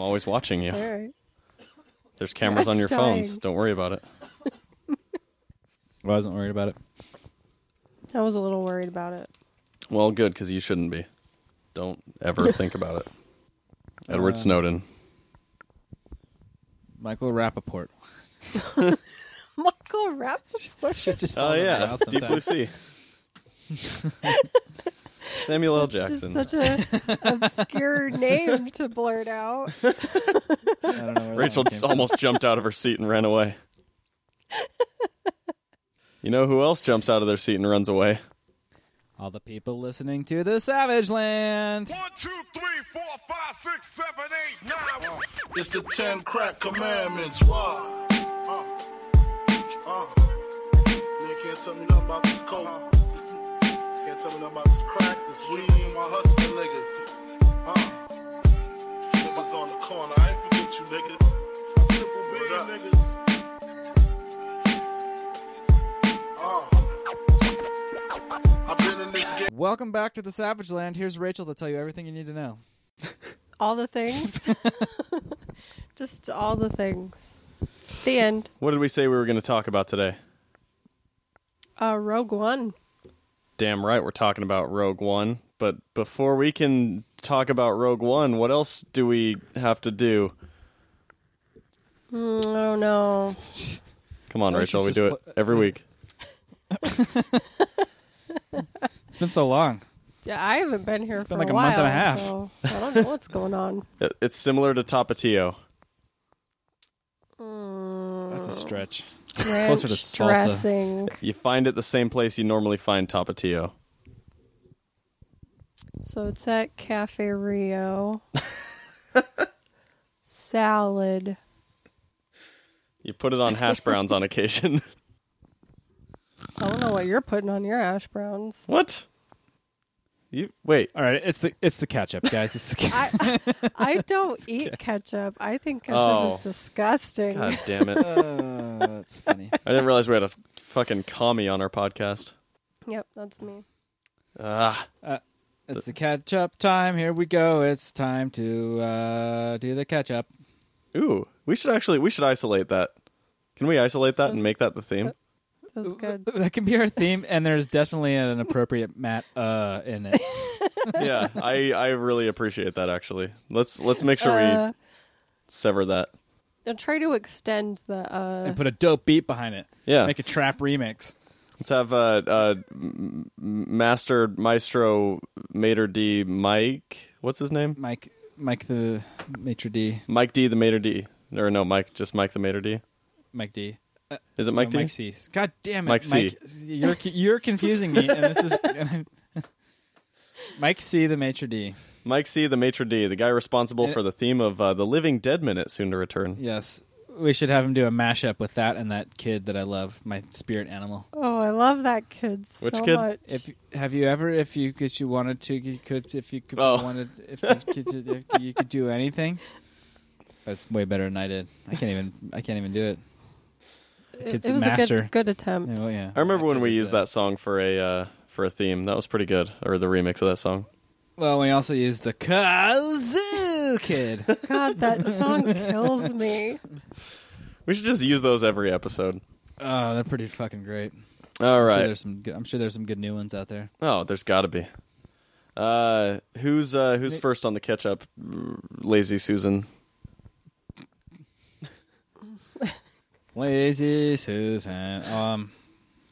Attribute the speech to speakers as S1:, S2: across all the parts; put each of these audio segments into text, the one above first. S1: always watching you.
S2: All right.
S1: There's cameras on your
S2: That's
S1: phones.
S2: dying.
S1: Don't worry about it.
S3: Well, I wasn't worried about it.
S2: I was a little worried about it.
S1: Well, good because you shouldn't be. Don't ever think about it. Edward
S3: Uh,
S1: Snowden.
S3: Michael Rappaport.
S2: Michael Rappaport.
S3: Shit just
S1: Oh
S3: falls
S1: yeah,
S3: out
S1: Deep Blue
S3: sometimes.
S1: Sea. Samuel L. Jackson.
S2: Just such an obscure name to blurt out.
S3: I don't know where that
S1: Rachel
S3: one came from.
S1: almost jumped out of her seat and ran away. you know who else jumps out of their seat and runs away?
S3: All the people listening to the Savage Land.
S4: One, two, three, four, five, six, seven, eight, nine. One.
S5: It's the ten crack commandments. Why? Uh, uh. Nigga can't tell me nothing about this coke. Can't tell me nothing about this crack, this weed, and my hustling niggas. Uh. Niggas on the corner, I ain't forget you niggas. Triple B niggas. Uh. I've been in this game.
S3: Welcome back to the Savage Land. Here's Rachel to tell you everything you need to know.
S2: All the things. Just all the things. The end.
S1: What did we say we were going to talk about today?
S2: Uh, Rogue One.
S1: Damn right, we're talking about Rogue One. But before we can talk about Rogue One, what else do we have to do?
S2: Mm, oh no.
S1: Come on,
S3: Why don't
S1: Rachel,
S3: you
S1: we
S3: just
S1: do
S3: pl- uh,
S1: it every week.
S3: It's been so long.
S2: Yeah, I haven't been here
S3: It's
S2: for
S3: been like
S2: a
S3: a
S2: while,
S3: month and a half.
S2: so I don't know what's going on.
S1: It- It's similar to Tapatio.
S3: That's a stretch.
S2: Ranch
S3: closer to salsa.
S2: dressing,
S1: You find it the same place you normally find Tapatio.
S2: so it's at Cafe Rio. Salad.
S1: You put it on hash browns on occasion.
S2: I don't know what you're putting on your hash browns.
S1: what? You wait.
S3: All right, it's the it's the catch up, guys. It's the catch-
S2: I I don't eat ketchup. I think ketchup
S1: Oh.
S2: is disgusting.
S1: God damn it.
S3: uh, that's funny.
S1: I didn't realize we had a f- fucking commie on our podcast.
S2: Yep, that's me.
S1: Ah,
S3: It's the catch up time. Here we go. It's time to uh, do the catch up.
S1: ooh, we should actually we should isolate that. Can we isolate that and make that the theme?
S2: That was good.
S3: That can be our theme, and there's definitely an appropriate Matt uh in it.
S1: yeah, I I really appreciate that actually. Let's let's make sure we
S2: Uh,
S1: sever that.
S2: I'll try to extend the. Uh,
S3: and put a dope beat behind it.
S1: Yeah.
S3: Make a trap remix.
S1: Let's have uh, uh m- m- master maestro Mater D Mike. What's his name?
S3: Mike Mike the Maitre D.
S1: Mike D the Mater D. Or no, Mike just Mike the Mater D.
S3: Mike D.
S1: Is it Mike
S3: no,
S1: D?
S3: Mike Cease. God damn it.
S1: Mike C.
S3: you're you're confusing me and this is and I'm- Mike C the Maitre D.
S1: Mike C the Mater D, the guy responsible
S3: And-
S1: for the theme of uh, the Living Dead minute soon to return.
S3: Yes. We should have him do a mashup with that and that kid that I love, my spirit animal.
S2: oh, I love that kid so
S1: Which kid?
S2: much.
S3: If have you ever, if you if you wanted to, you could if you could
S1: Oh.
S3: wanted if you could, if you could do anything. That's way better than I did. I can't even I can't even do it.
S2: it,
S3: kid's
S2: it was a
S3: master.
S2: good, good attempt.
S3: Oh yeah.
S1: I remember when we
S3: It was,
S1: used
S3: uh,
S1: that song for a uh, for a theme. That was pretty good, or the remix of that song.
S3: Well, we also used the Kazoo Kid.
S2: God, that song kills me.
S1: We should just use those every episode.
S3: oh, they're pretty fucking great.
S1: All
S3: I'm Sure
S1: right.
S3: there's some good, I'm sure there's some good new ones out there.
S1: Oh, there's got to be. Uh, who's uh, who's first on the catch up? Lazy Susan.
S3: Lazy Susan. Um,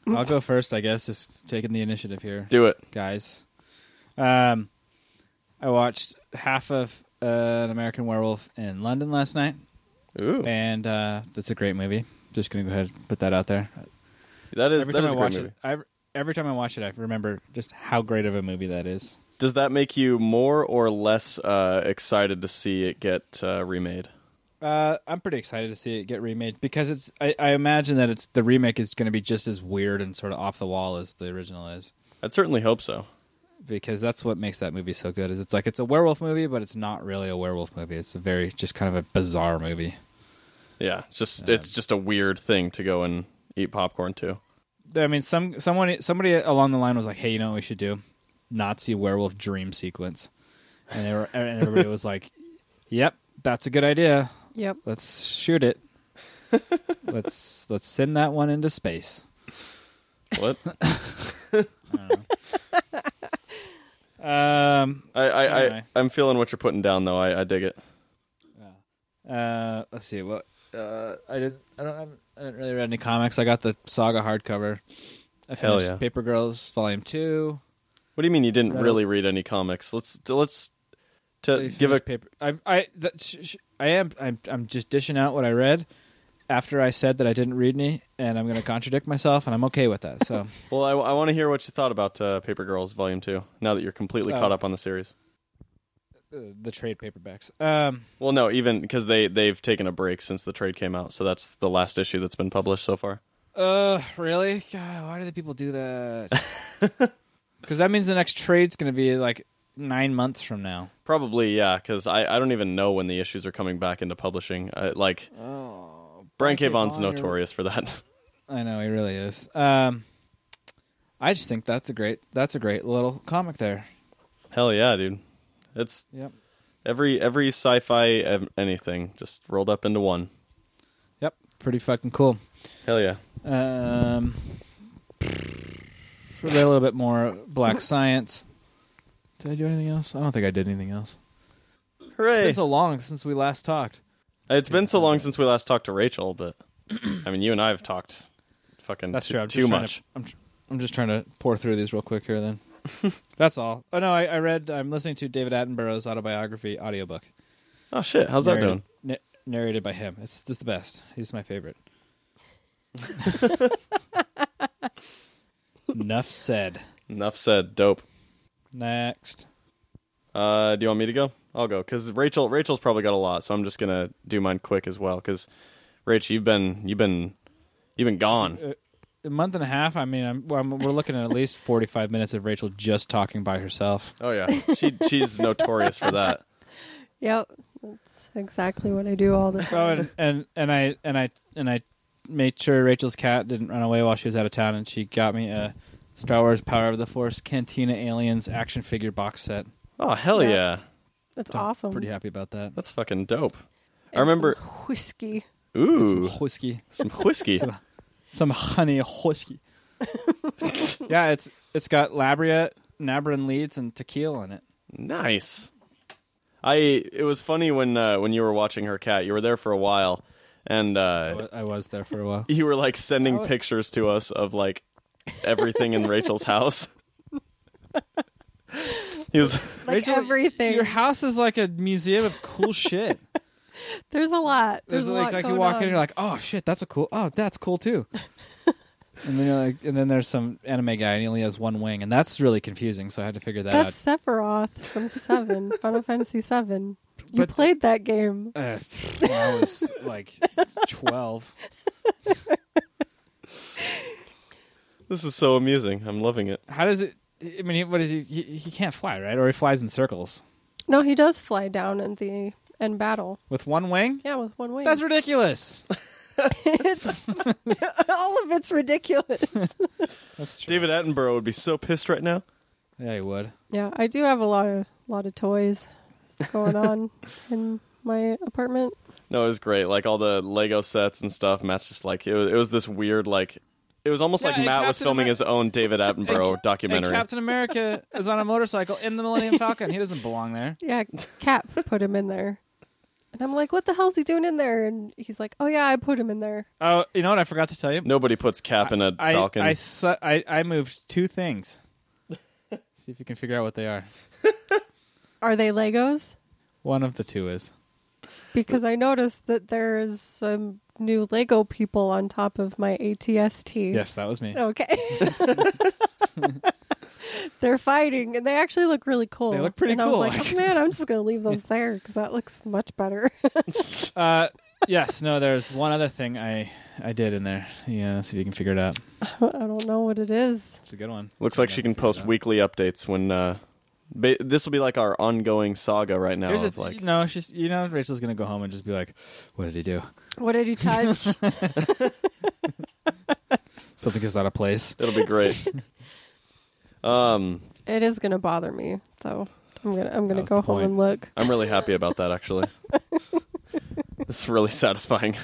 S3: I'll go first, I guess. Just taking the initiative here.
S1: Do it.
S3: guys. Um, I watched half of uh, an American Werewolf in London last night,
S1: Ooh,
S3: and uh, that's a great movie. Just gonna go ahead and put that out there.
S1: that is
S3: every
S1: that
S3: time
S1: is
S3: I
S1: a great
S3: watch
S1: movie.
S3: it, I, every time I watch it, I remember just how great of a movie that is.
S1: Does that make you more or less uh, excited to see it get uh, remade?
S3: Uh, I'm pretty excited to see it get remade because it's. I, I imagine that it's the remake is going to be just as weird and sort of off the wall as the original is.
S1: I'd certainly hope so.
S3: because that's what makes that movie so good. Is it's like it's a werewolf movie, but it's not really a werewolf movie. It's a very just kind of a bizarre movie.
S1: Yeah, it's just it's just a weird thing to go and eat popcorn to.
S3: I mean, some someone somebody along the line was like, "Hey, you know what we should do? Nazi werewolf dream sequence," and they were, and everybody was like, "Yep, that's a good idea.
S2: Yep.
S3: Let's shoot it. let's let's send that one into space.
S1: What?
S3: Um,
S1: I, I, I
S3: Anyway.
S1: I'm feeling what you're putting down though. I, I dig it.
S3: uh, let's see what uh, I did. I don't. I haven't- I haven't really read any comics. I got the Saga hardcover. I
S1: Hell
S3: finished
S1: yeah.
S3: Paper Girls Volume Two.
S1: What do you mean you didn't
S3: Right.
S1: really read any comics? Let's t- let's to
S3: I
S1: give a
S3: finished paper. I I that, sh- sh- I am I'm I'm just dishing out what I read after I said that I didn't read any, and I'm going to contradict myself, and I'm okay with that. So
S1: well. I, I want to hear what you thought about uh, Paper Girls Volume Two. Now that you're completely
S3: Oh.
S1: caught up on the series.
S3: uh, the trade paperbacks. Um,
S1: Well, no, even because they they've taken a break since the trade came out, so that's the last issue that's been published so far.
S3: uh, really? God, why do the people do that? Because that means the next trade's going to be like nine months from now.
S1: Probably, yeah, because I, I don't even know when the issues are coming back into publishing. I, like,
S3: Oh,
S1: Brian K. Vaughn's notorious for that.
S3: I know he really is. Um, I just think that's a great that's a great little comic there.
S1: Hell yeah, dude! It's
S3: Yep.
S1: every every sci-fi ev- anything just rolled up into one.
S3: Yep. Pretty fucking cool.
S1: Hell yeah!
S3: Um, a little bit more Black Science. Did I do anything else? I don't think I did anything else. It's
S1: Hooray!
S3: been so long since we last talked.
S1: It's been so long since we last talked to Rachel, but I mean, you and I have talked fucking
S3: That's
S1: too,
S3: true. I'm
S1: too
S3: just trying
S1: much.
S3: To, I'm, tr- I'm just trying to pour through these real quick here. Then that's all. Oh no, I, I read. I'm listening to David Attenborough's autobiography audiobook.
S1: Oh shit! How's that doing?
S3: narrated, na- narrated by him. It's just the best. He's my favorite. Enough said.
S1: Enough said. Dope.
S3: Next.
S1: Uh, do you want me to go? I'll go because Rachel Rachel's probably got a lot, so I'm just gonna do mine quick as well. Because Rach, you've been you've been you've been gone.
S3: a month and a half. I mean, I'm, well, I'm, we're looking at at least 45 minutes of Rachel just talking by herself.
S1: Oh yeah, she she's notorious for that.
S2: Yep. That's exactly what I do all the
S3: Oh,
S2: time.
S3: and, and and I and I and I made sure Rachel's cat didn't run away while she was out of town, and she got me a Star Wars Power of the Force Cantina Aliens action figure box set.
S1: Oh hell
S2: Yeah.
S1: yeah,
S2: That's
S3: I'm
S2: awesome.
S3: Pretty happy about that.
S1: that's fucking dope.
S2: And
S1: I remember.
S2: some whiskey.
S3: Some
S1: Ooh,
S3: whiskey,
S1: some whiskey.
S3: some honey whiskey. yeah, it's it's got Labria, Nabrin leads, and tequila in it.
S1: Nice. I it was funny when uh, when you were watching her cat. You were there for a while, and
S3: I
S1: uh,
S3: wa- I was there for a while.
S1: you were like sending pictures to us of like everything in Rachel's house. he was
S2: Like everything.
S3: Your house is like a museum of cool shit.
S2: There's a lot. There's,
S3: There's,
S2: a
S3: like
S2: lot
S3: like you
S2: going
S3: walk
S2: on.
S3: in, you're like, oh shit, that's a cool. Oh, that's cool too. and then you're like, and then there's some anime guy, and he only has one wing, and that's really confusing. So I had to figure that
S2: That's Sephiroth from Seven, Final Fantasy Seven. You
S3: But-
S2: played that game.
S3: out. Uh, when I was like twelve.
S1: this is so amusing. I'm loving it.
S3: How does it? I mean, what is he? He, he can't fly, right? Or he flies in circles
S2: No, he does fly down in the in battle.
S3: with one wing.
S2: Yeah, with one wing.
S3: That's ridiculous.
S2: it's, all of it's ridiculous.
S3: That's true.
S1: David Attenborough would be so pissed right now.
S3: Yeah, he would.
S2: Yeah, I do have a lot of lot of toys going on in my apartment.
S1: No, it was great. Like all the Lego sets and stuff. Matt's just like it was, it was this weird like it was almost
S3: Yeah,
S1: like
S3: and
S1: Matt was
S3: Captain
S1: filming
S3: Amer-
S1: his own David Attenborough
S3: And
S1: documentary.
S3: Captain America is on a motorcycle in the Millennium Falcon. He doesn't belong there.
S2: Yeah, Cap put him in there. And I'm like, what the hell's he doing in there? And he's like, oh yeah, I put him in there.
S3: Oh, you know what? I forgot to tell you.
S1: Nobody puts Cap in a
S3: I,
S1: Falcon.
S3: I, su- I, I moved two things. See if you can figure out what they are.
S2: Are they Legos?
S3: One of the two is.
S2: Because I noticed that there's some new Lego people on top of my ATST.
S3: Yes, that was me.
S2: Okay. They're fighting, and they actually look really cool.
S3: They look pretty
S2: and
S3: cool,
S2: I was like, oh, man, I'm just gonna leave those there because that looks much better.
S3: Uh, yes, no, there's one other thing I, I did in there. Yeah, see if you can figure it out.
S2: I don't know what it is.
S3: It's a good one.
S1: Looks like she can post weekly updates when. Uh, ba- this will be like our ongoing saga right now.
S3: Here's a,
S1: Of like,
S3: no, she's you know Rachel's gonna go home and just be like, "What did he do?
S2: What did he touch?
S3: Something is out of place."
S1: it'll be great. um,
S2: it is gonna bother me, so I'm gonna I'm gonna
S3: was
S2: go
S3: the
S2: home
S3: point.
S2: and look.
S1: I'm really happy about that actually. this is really satisfying.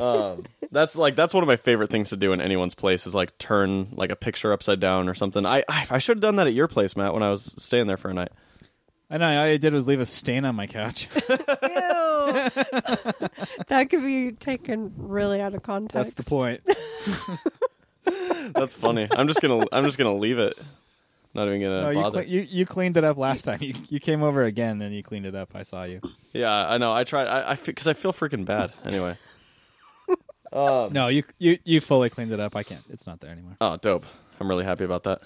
S1: Um, that's like that's one of my favorite things to do in anyone's place is like turn like a picture upside down or something. I I, I should have done that at your place, Matt, when I was staying there for a night.
S3: I know. All I did was leave a stain on my couch.
S2: Ew. that could be taken really out of context.
S3: That's the point.
S1: That's funny. I'm just gonna I'm just gonna leave it. Not even
S3: No,
S1: gonna
S3: you,
S1: bother.
S3: cle- you you cleaned it up last time. You you came over again, then you cleaned it up. I saw you.
S1: yeah, I know. I tried. I because I, feel freaking bad anyway. Um,
S3: No, you you you fully cleaned it up. I can't. It's not there anymore.
S1: Oh, dope! I'm really happy about that.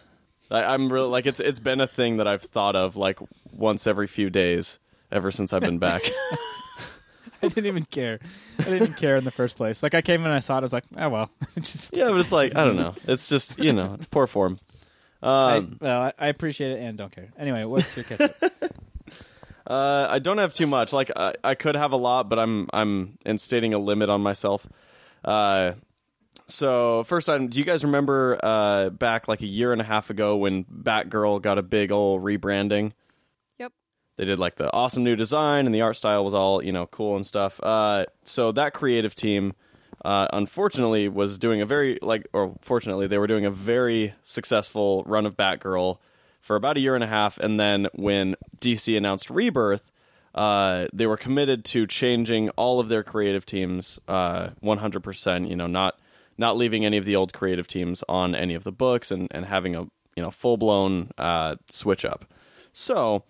S1: I, I'm really like it's it's been a thing that I've thought of like once every few days ever since I've been back.
S3: I didn't even care. I didn't even care in the first place. Like I came in and I saw it. I was like, oh well. Just
S1: Yeah, but it's like I don't know. It's just you know, it's poor form. Um,
S3: I, well, I, I appreciate it and don't care. Anyway, what's your catch up?
S1: uh, I don't have too much. Like I, I could have a lot, but I'm I'm instating a limit on myself. Uh, so first item, do you guys remember uh, back like a year and a half ago when Batgirl got a big old rebranding?
S2: Yep.
S1: they did like the awesome new design and the art style was all you know cool and stuff uh, so that creative team uh, unfortunately was doing a very like or fortunately they were doing a very successful run of batgirl for about a year and a half and then when dc announced rebirth uh, they were committed to changing all of their creative teams uh, 100% you know not not leaving any of the old creative teams on any of the books and, and having a you know full-blown uh, switch up so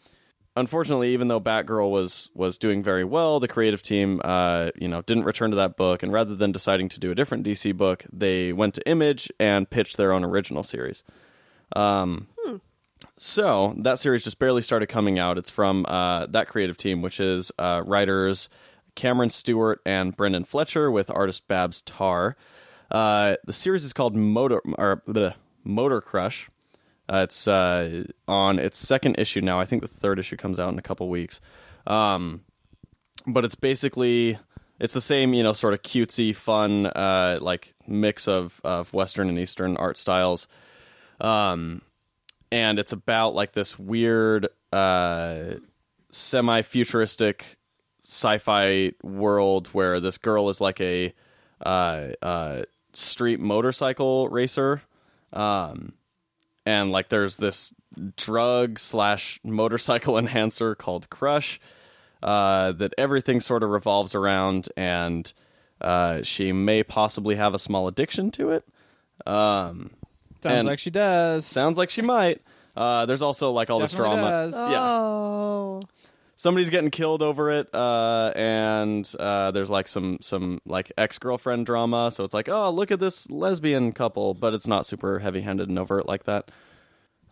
S1: unfortunately, even though Batgirl was was doing very well, the creative team, uh, you know, didn't return to that book, and rather than deciding to do a different DC book, they went to Image and pitched their own original series. Um, So that series just barely started coming out. It's from uh, that creative team, which is uh, writers Cameron Stewart and Brendan Fletcher, with artist Babs Tarr. Uh, the series is called Motor or bleh, Motor Crush. Uh, it's uh, on its second issue now. I think the third issue comes out in a couple weeks. Um, but it's basically it's the same, you know, sort of cutesy, fun, uh, like mix of of Western and Eastern art styles. Um, and it's about like this weird, uh, semi futuristic sci-fi world where this girl is like a uh, uh, street motorcycle racer. Um, and like there's this drug slash motorcycle enhancer called Crush uh, that everything sort of revolves around, and uh, she may possibly have a small addiction to it.
S3: Sounds
S1: And-
S3: like she does.
S1: Sounds like she might. Uh, there's also like all
S3: Definitely
S1: this drama.
S3: does.
S1: Yeah,
S2: Oh.
S1: somebody's getting killed over it, uh, and uh, there's like some some like ex girlfriend drama. So it's like, oh, look at this lesbian couple, but it's not super heavy handed and overt like that.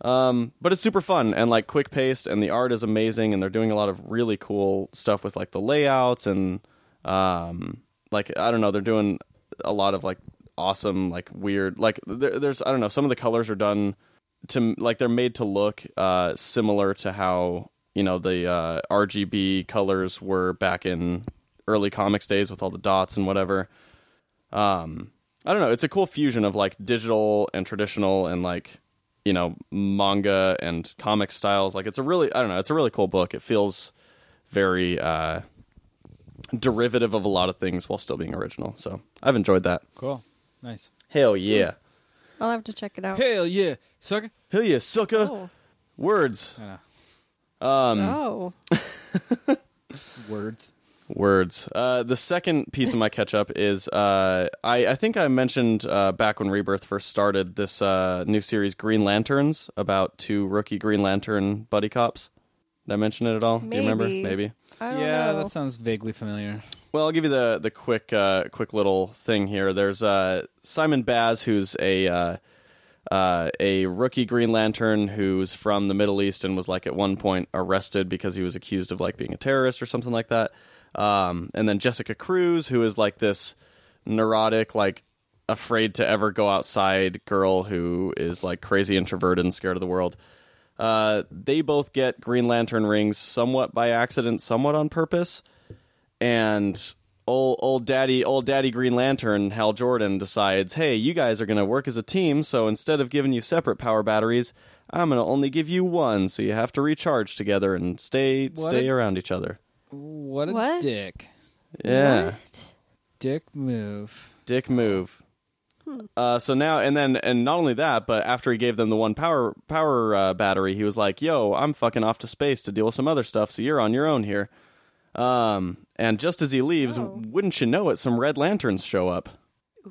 S1: Um, but it's super fun and like quick paced and the art is amazing and they're doing a lot of really cool stuff with like the layouts and um like i don't know they're doing a lot of like awesome like weird like there, there's i don't know some of the colors are done to like they're made to look uh similar to how you know the uh rgb colors were back in early comics days with all the dots and whatever um i don't know it's a cool fusion of like digital and traditional and like you know manga and comic styles like it's a really i don't know it's a really cool book it feels very uh derivative of a lot of things while still being original so i've enjoyed that
S3: Cool. Nice.
S1: hell yeah
S2: I'll have to check it out.
S3: Hell yeah, sucker.
S1: hell yeah
S3: uh,
S1: sucker
S2: Oh.
S1: words
S3: I know. um,
S2: oh.
S3: Words.
S1: words. Uh, the second piece of my catch up is uh, I, I think I mentioned uh, back when Rebirth first started this uh, new series, Green Lanterns, about two rookie Green Lantern buddy cops. Did I mention it at all? Do you remember?
S2: Maybe.
S1: Maybe.
S2: I don't
S3: Yeah,
S2: know.
S3: that sounds vaguely familiar.
S1: Well, I'll give you the the quick uh, quick little thing here. There's uh, Simon Baz, who's a uh, uh, a rookie Green Lantern who's from the Middle East and was like at one point arrested because he was accused of like being a terrorist or something like that. Um, and then Jessica Cruz, who is like this neurotic, like afraid to ever go outside girl who is like crazy introverted and scared of the world. Uh, they both get Green Lantern rings somewhat by accident, somewhat on purpose and old old daddy old daddy Green Lantern Hal Jordan decides, hey, you guys are gonna work as a team, so instead of giving you separate power batteries, I'm gonna only give you one, so you have to recharge together and stay
S3: What
S1: stay
S3: a-
S1: around each other.
S3: What a
S2: What?
S3: dick.
S1: Yeah.
S2: What?
S3: Dick move.
S1: dick move. Uh, so now and then, and not only that, but after he gave them the one power power uh, battery, he was like, "Yo, I'm fucking off to space to deal with some other stuff, so you're on your own here." Um, and just as he leaves,
S2: Oh.
S1: wouldn't you know it, some red lanterns show up,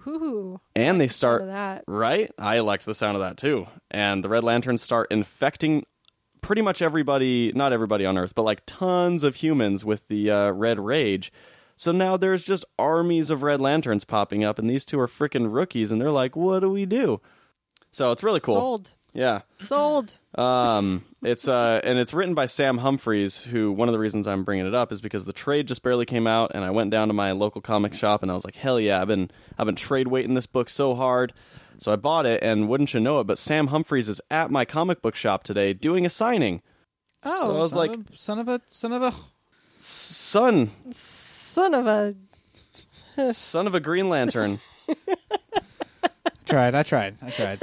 S2: Ooh,
S1: and they
S2: out
S1: start
S2: of that.
S1: Right? I liked the sound of that too. And the Red Lanterns start infecting pretty much everybody, not everybody on Earth, but like tons of humans with the uh, Red Rage. So now there's just armies of Red Lanterns popping up, and these two are freaking rookies, and they're like, what do we do? So it's really cool.
S2: Sold.
S1: Yeah.
S2: Sold.
S3: Uh,
S1: Um, it's uh, and it's written by Sam Humphreys, who one of the reasons I'm bringing it up is because the trade just barely came out, and I went down to my local comic shop and I was like, hell yeah, I've been I've been trade waiting this book so hard, so I bought it, and wouldn't you know it, but Sam Humphreys is at my comic book shop today doing a signing.
S2: Oh,
S1: So I was
S3: son
S1: like,
S3: of a, son of a, son of a.
S1: son,
S2: son of a.
S1: son of a Green Lantern.
S3: I tried. I tried. I tried.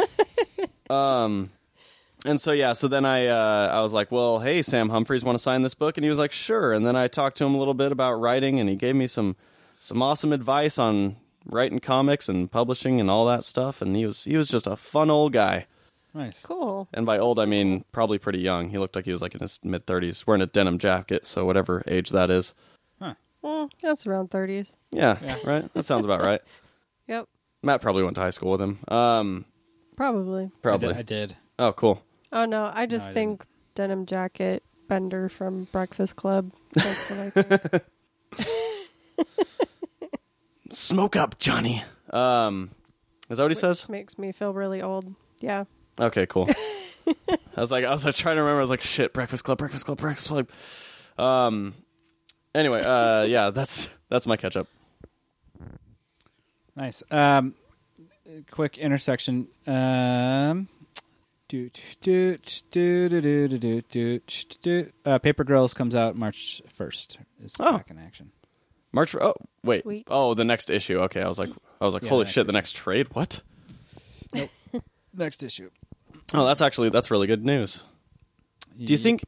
S1: Um, and so yeah, so then I uh, I was like, well, hey, Sam Humphreys, want to sign this book? And he was like, sure. And then I talked to him a little bit about writing, and he gave me some some awesome advice on writing comics and publishing and all that stuff. And he was he was just a fun old guy.
S3: nice.
S2: Cool.
S1: And by old, I mean probably pretty young. He looked like he was like in his mid thirties, wearing a denim jacket, so whatever age that is.
S2: Mm, that's around 30s.
S1: Yeah, right. That sounds about right.
S2: Yep.
S1: Matt probably went to high school with him. Um,
S2: Probably.
S1: probably.
S3: I did. I did.
S1: Oh, cool.
S2: Oh, no. I just
S3: I didn't.
S2: think denim jacket bender from Breakfast Club. That's what I think.
S1: Smoke up, Johnny. Um, is that what he says?
S2: makes me feel really old. Yeah.
S1: Okay, cool. I was like, I was like trying to remember. I was like, shit, Breakfast Club, Breakfast Club, Breakfast Club. Um. Anyway, uh, yeah, that's that's my catch up.
S3: Nice. Um, quick intersection. Um, do do do do do do do do do. Uh, Paper Girls comes out March first. Is
S1: Oh.
S3: back in action.
S1: March. For, oh, wait.
S2: Sweet.
S1: Oh, the next issue. Okay, I was like, I was like,
S3: Yeah,
S1: holy
S3: the next
S1: shit, the
S3: issue.
S1: next trade. What?
S3: Next issue.
S1: Oh, that's actually that's really good news. Do you think?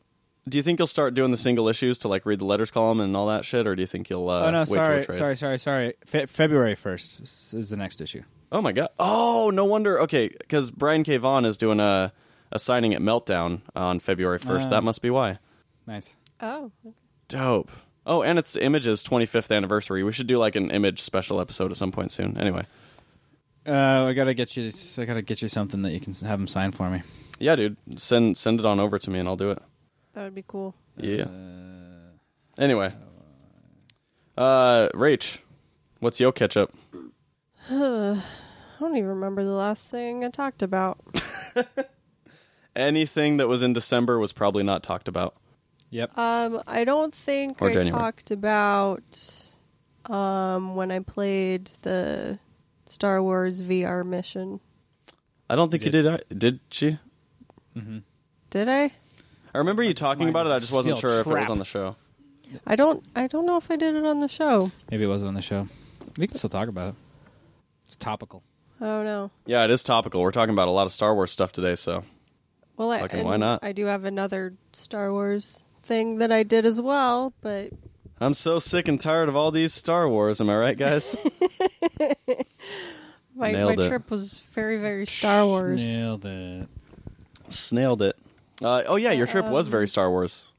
S1: Do you think you'll start doing the single issues to like read the letters column and all that shit, or do you think you'll? Uh,
S3: oh no!
S1: wait Till
S3: Sorry,
S1: the trade?
S3: sorry, sorry, sorry. Fe- February first is, is the next issue.
S1: Oh my god. Oh, no wonder. Okay, because Brian K. Vaughan is doing a a signing at Meltdown on February first.
S3: Ah.
S1: that must be why.
S3: Nice.
S2: Oh. okay.
S1: Dope. Oh, and it's Image's 25th anniversary. We should do like an Image special episode at some point soon. Anyway,
S3: Uh, I gotta get you. I gotta get you something that you can s- have them sign for me.
S1: yeah, dude, send send it on over to me and I'll do it.
S2: That would be cool.
S1: Yeah. Anyway, uh, Rach, what's your catch up?
S2: I don't even remember the last thing I talked about.
S1: Anything that was in December was probably not talked about.
S3: Yep.
S2: Um, I don't think
S1: Or
S2: I
S1: January.
S2: talked about um, when I played the Star Wars VR mission.
S1: I don't think
S3: You
S1: you did. I- Did she?
S2: Did I?
S1: I remember you talking
S3: mine
S1: about it.
S3: was
S1: I
S3: a
S1: just wasn't
S3: steel
S1: sure if it was
S3: trap.
S1: on the show.
S2: I don't. I don't know if I did it on the show.
S3: Maybe it wasn't on the show. We can still talk about it. It's topical.
S2: I don't know.
S1: Yeah, it is topical. We're talking about a lot of Star Wars stuff today, so
S2: Well, I,
S1: Fucking
S2: and
S1: why not?
S2: I do have another Star Wars thing that I did as well, but
S1: I'm so sick and tired of all these Star Wars. Am I right, guys?
S2: my, my
S1: Nailed it.
S2: trip was very, very Star Wars.
S3: Nailed it.
S1: Snailed it. Uh, oh yeah, your trip was very Star Wars.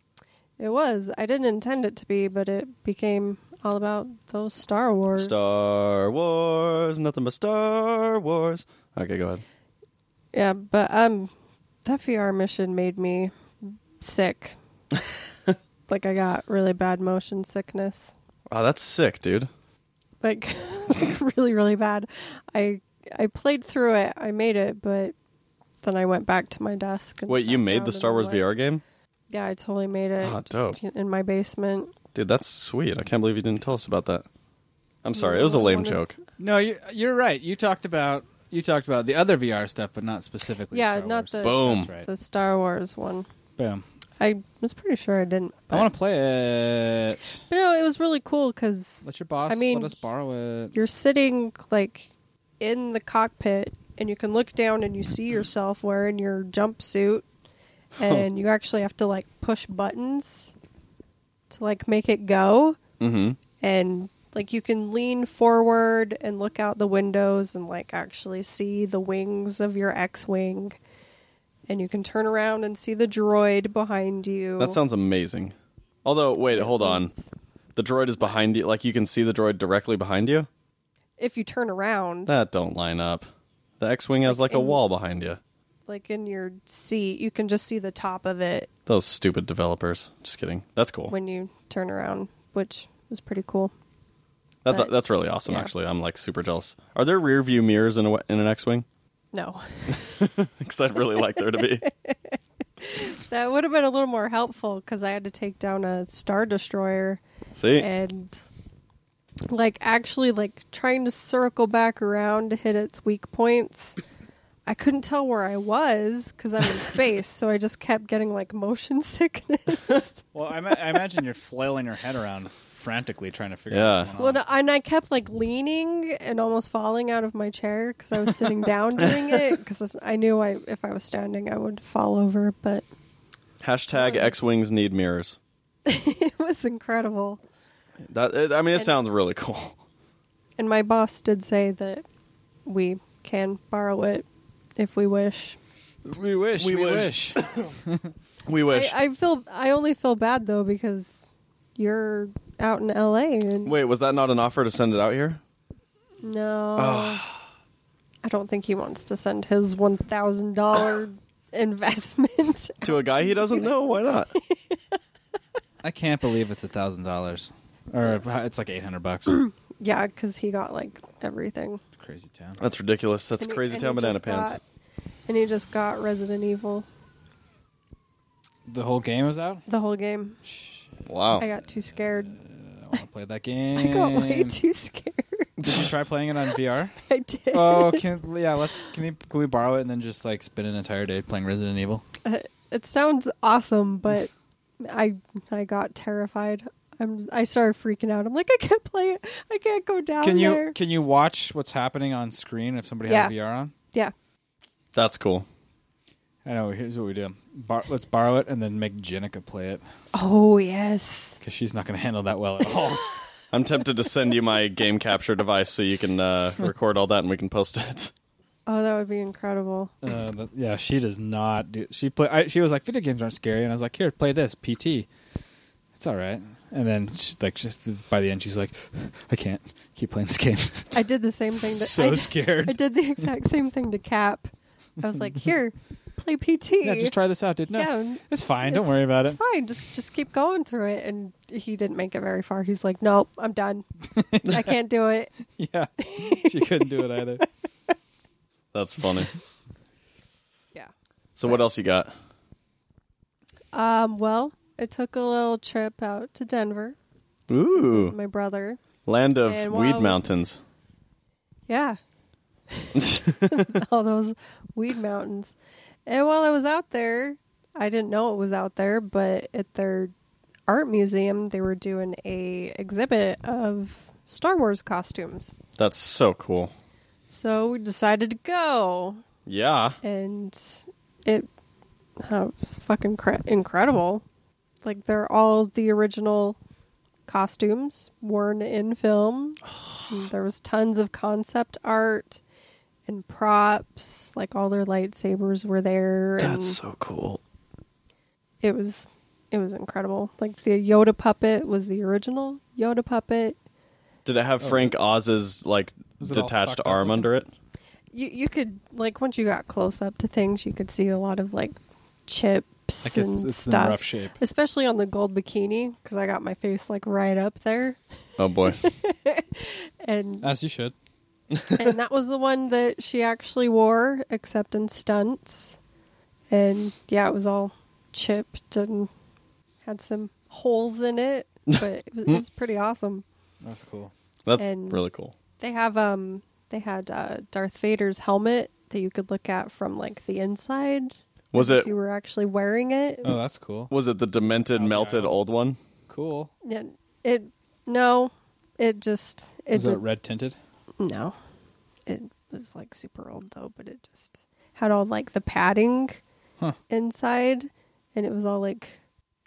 S2: It was. I didn't intend it to be, but it became all about those Star Wars.
S1: Star Wars, nothing but Star Wars. Okay, go ahead.
S2: Yeah, but um, that VR mission made me sick. like I got really bad motion sickness.
S1: Wow, that's sick, dude.
S2: Like, like really, really bad. I I played through it. I made it, but then I went back to my desk. And
S1: Wait, you
S2: sat
S1: made
S2: down
S1: the
S2: and
S1: Star
S2: I'm
S1: Wars
S2: like-
S1: VR game?
S2: Yeah, I totally made it.
S1: Ah,
S2: just in my basement.
S1: Dude, that's sweet. I can't believe you didn't tell us about that. I'm sorry, it was a lame joke.
S3: No, you, you're right. You talked about you talked about the other VR stuff, but not specifically.
S2: Yeah,
S3: Star
S2: not
S3: Wars.
S2: the-
S1: Boom.
S3: That's right.
S2: The Star Wars one.
S3: Boom.
S2: I was pretty sure I didn't.
S3: I
S2: But,
S3: want to play it.
S2: but no, it was really cool because
S3: Let your boss
S2: I mean,
S3: let us borrow it.
S2: you're sitting like in the cockpit and you can look down and you see yourself wearing your jumpsuit and you actually have to like push buttons to like make it go
S1: Mm-hmm.
S2: and like you can lean forward and look out the windows and like actually see the wings of your X-wing and you can turn around and see the droid behind you.
S1: That sounds amazing. Although, wait, hold on. The droid is behind you. Like you can see the droid directly behind you.
S2: if you turn around
S1: That don't line up. The X-wing has like a
S2: in-
S1: wall behind you.
S2: like in your seat, you can just see the top of it
S1: Those stupid developers. Just kidding. That's cool.
S2: when you turn around, which was pretty cool.
S1: That's
S2: but-
S1: that's really awesome.
S2: yeah.
S1: Actually, I'm like super jealous. Are there rear view mirrors in a, in an X-wing?
S2: No,
S1: Because I'd really like there to be.
S2: that would have been a little more helpful because I had to take down a star destroyer
S1: See,
S2: and like actually like trying to circle back around to hit its weak points. I couldn't tell where I was because I'm in space, so I just kept getting like motion sickness.
S3: Well, I, ma- I imagine you're flailing your head around frantically trying to figure
S1: Yeah.
S3: out what's going
S2: well,
S3: on.
S2: no, and I kept like leaning and almost falling out of my chair because I was sitting down doing it because I knew I if I was standing I would fall over, but
S1: hashtag X-wings need mirrors.
S2: it was incredible.
S1: That it, I mean, it sounds really cool.
S2: And my boss did say that we can borrow it if we wish.
S3: we wish.
S1: we
S3: We,
S1: wish.
S3: wish.
S1: We wish.
S2: I, I feel I only feel bad though because you're out in LA and
S1: Wait, was that not an offer to send it out here?
S2: no, I don't think he wants to send his one thousand dollar investment.
S1: To a guy he doesn't know? Why not?
S3: I can't believe it's a thousand dollars, or it's like eight hundred bucks.
S2: yeah, because he got like everything.
S3: It's crazy town.
S1: That's ridiculous. That's
S2: And he-
S1: crazy
S2: and
S1: town
S2: he
S1: banana
S2: just
S1: pants.
S2: got- and he just got Resident Evil
S3: The whole game is out.
S2: the whole game.
S1: Wow.
S2: I got too scared.
S3: I want to play that game.
S2: I got way too scared.
S3: Did you try playing it on VR?
S2: I did.
S3: Oh, can yeah, let's can we can we borrow it and then just like spend an entire day playing Resident Evil?
S2: Uh, it sounds awesome, but I I got terrified. I'm I started freaking out. I'm like, I can't play it. I can't go down
S3: Can
S2: Oh, there.
S3: you can you watch what's happening on screen if somebody has
S2: Yeah.
S3: VR on?
S2: yeah,
S1: That's cool.
S3: I know. Here's what we do. Bar- let's borrow it and then make Jenica play it
S2: Oh yes.
S3: because she's not going to handle that well at all.
S1: I'm tempted to send you my game capture device so you can uh, record all that and we can post it.
S2: Oh, that would be incredible.
S3: Uh, but yeah, she does not do. She play. I, she was like, video games aren't scary, and I was like, here, play this PT. It's all right. And then she's like, just by the end, she's like, I can't keep playing this game.
S2: I did the same thing. That, I,
S3: so
S2: did-
S3: scared.
S2: I did the exact same thing to Cap. I was like, here, play PT.
S3: yeah, just try this out, dude. No,
S2: Yeah,
S3: it's fine. Don't
S2: it's-
S3: worry about
S2: It's
S3: it.
S2: fine. Just just keep going through it. And he didn't make it very far. He's like, nope, I'm done. I can't do it.
S3: Yeah, she couldn't do it either.
S1: That's funny.
S2: Yeah.
S1: So what else you got?
S2: Um. Well, I took a little trip out to Denver. with
S1: Ooh,
S2: My brother.
S1: land of
S2: And
S1: weed
S2: while-
S1: mountains.
S2: Yeah. all those weed mountains. And while I was out there, I didn't know it was out there, but at their art museum, they were doing a exhibit of Star Wars costumes.
S1: That's so cool.
S2: So we decided to go,
S1: Yeah.
S2: and it, oh, it was fucking cre- incredible. Like they're all the original costumes worn in film. And there was tons of concept art and props. Like all their lightsabers were there. and
S1: That's so cool.
S2: it was it was incredible. Like the Yoda puppet was the original Yoda puppet.
S1: Did it have Frank Oz's like
S3: Was Oh. it all
S1: detached
S3: fucked up
S1: arm
S3: looking?
S1: under it?
S2: You you could like once you got close up to things, you could see a lot of like chips
S3: Like
S2: and
S3: it's, it's in
S2: stuff.
S3: rough shape.
S2: Especially on the gold bikini because I got my face like right up there,
S1: Oh boy.
S2: and
S3: As you should.
S2: and that was the one that she actually wore, except in stunts, and yeah, it was all chipped and had some holes in it, but it was, it was pretty awesome.
S3: That's cool.
S1: That's
S2: And-
S1: really cool.
S2: They have um they had uh, Darth Vader's helmet that you could look at from like the inside.
S1: Was it
S2: If you were actually wearing it.
S3: Oh, that's cool.
S1: was it the demented, melted old one?
S3: Cool.
S2: Yeah, it no, it just it
S3: Is it
S2: did-
S3: red tinted?
S2: no, it was like super old though, but it just had all like the padding
S3: Huh.
S2: inside, and it was all like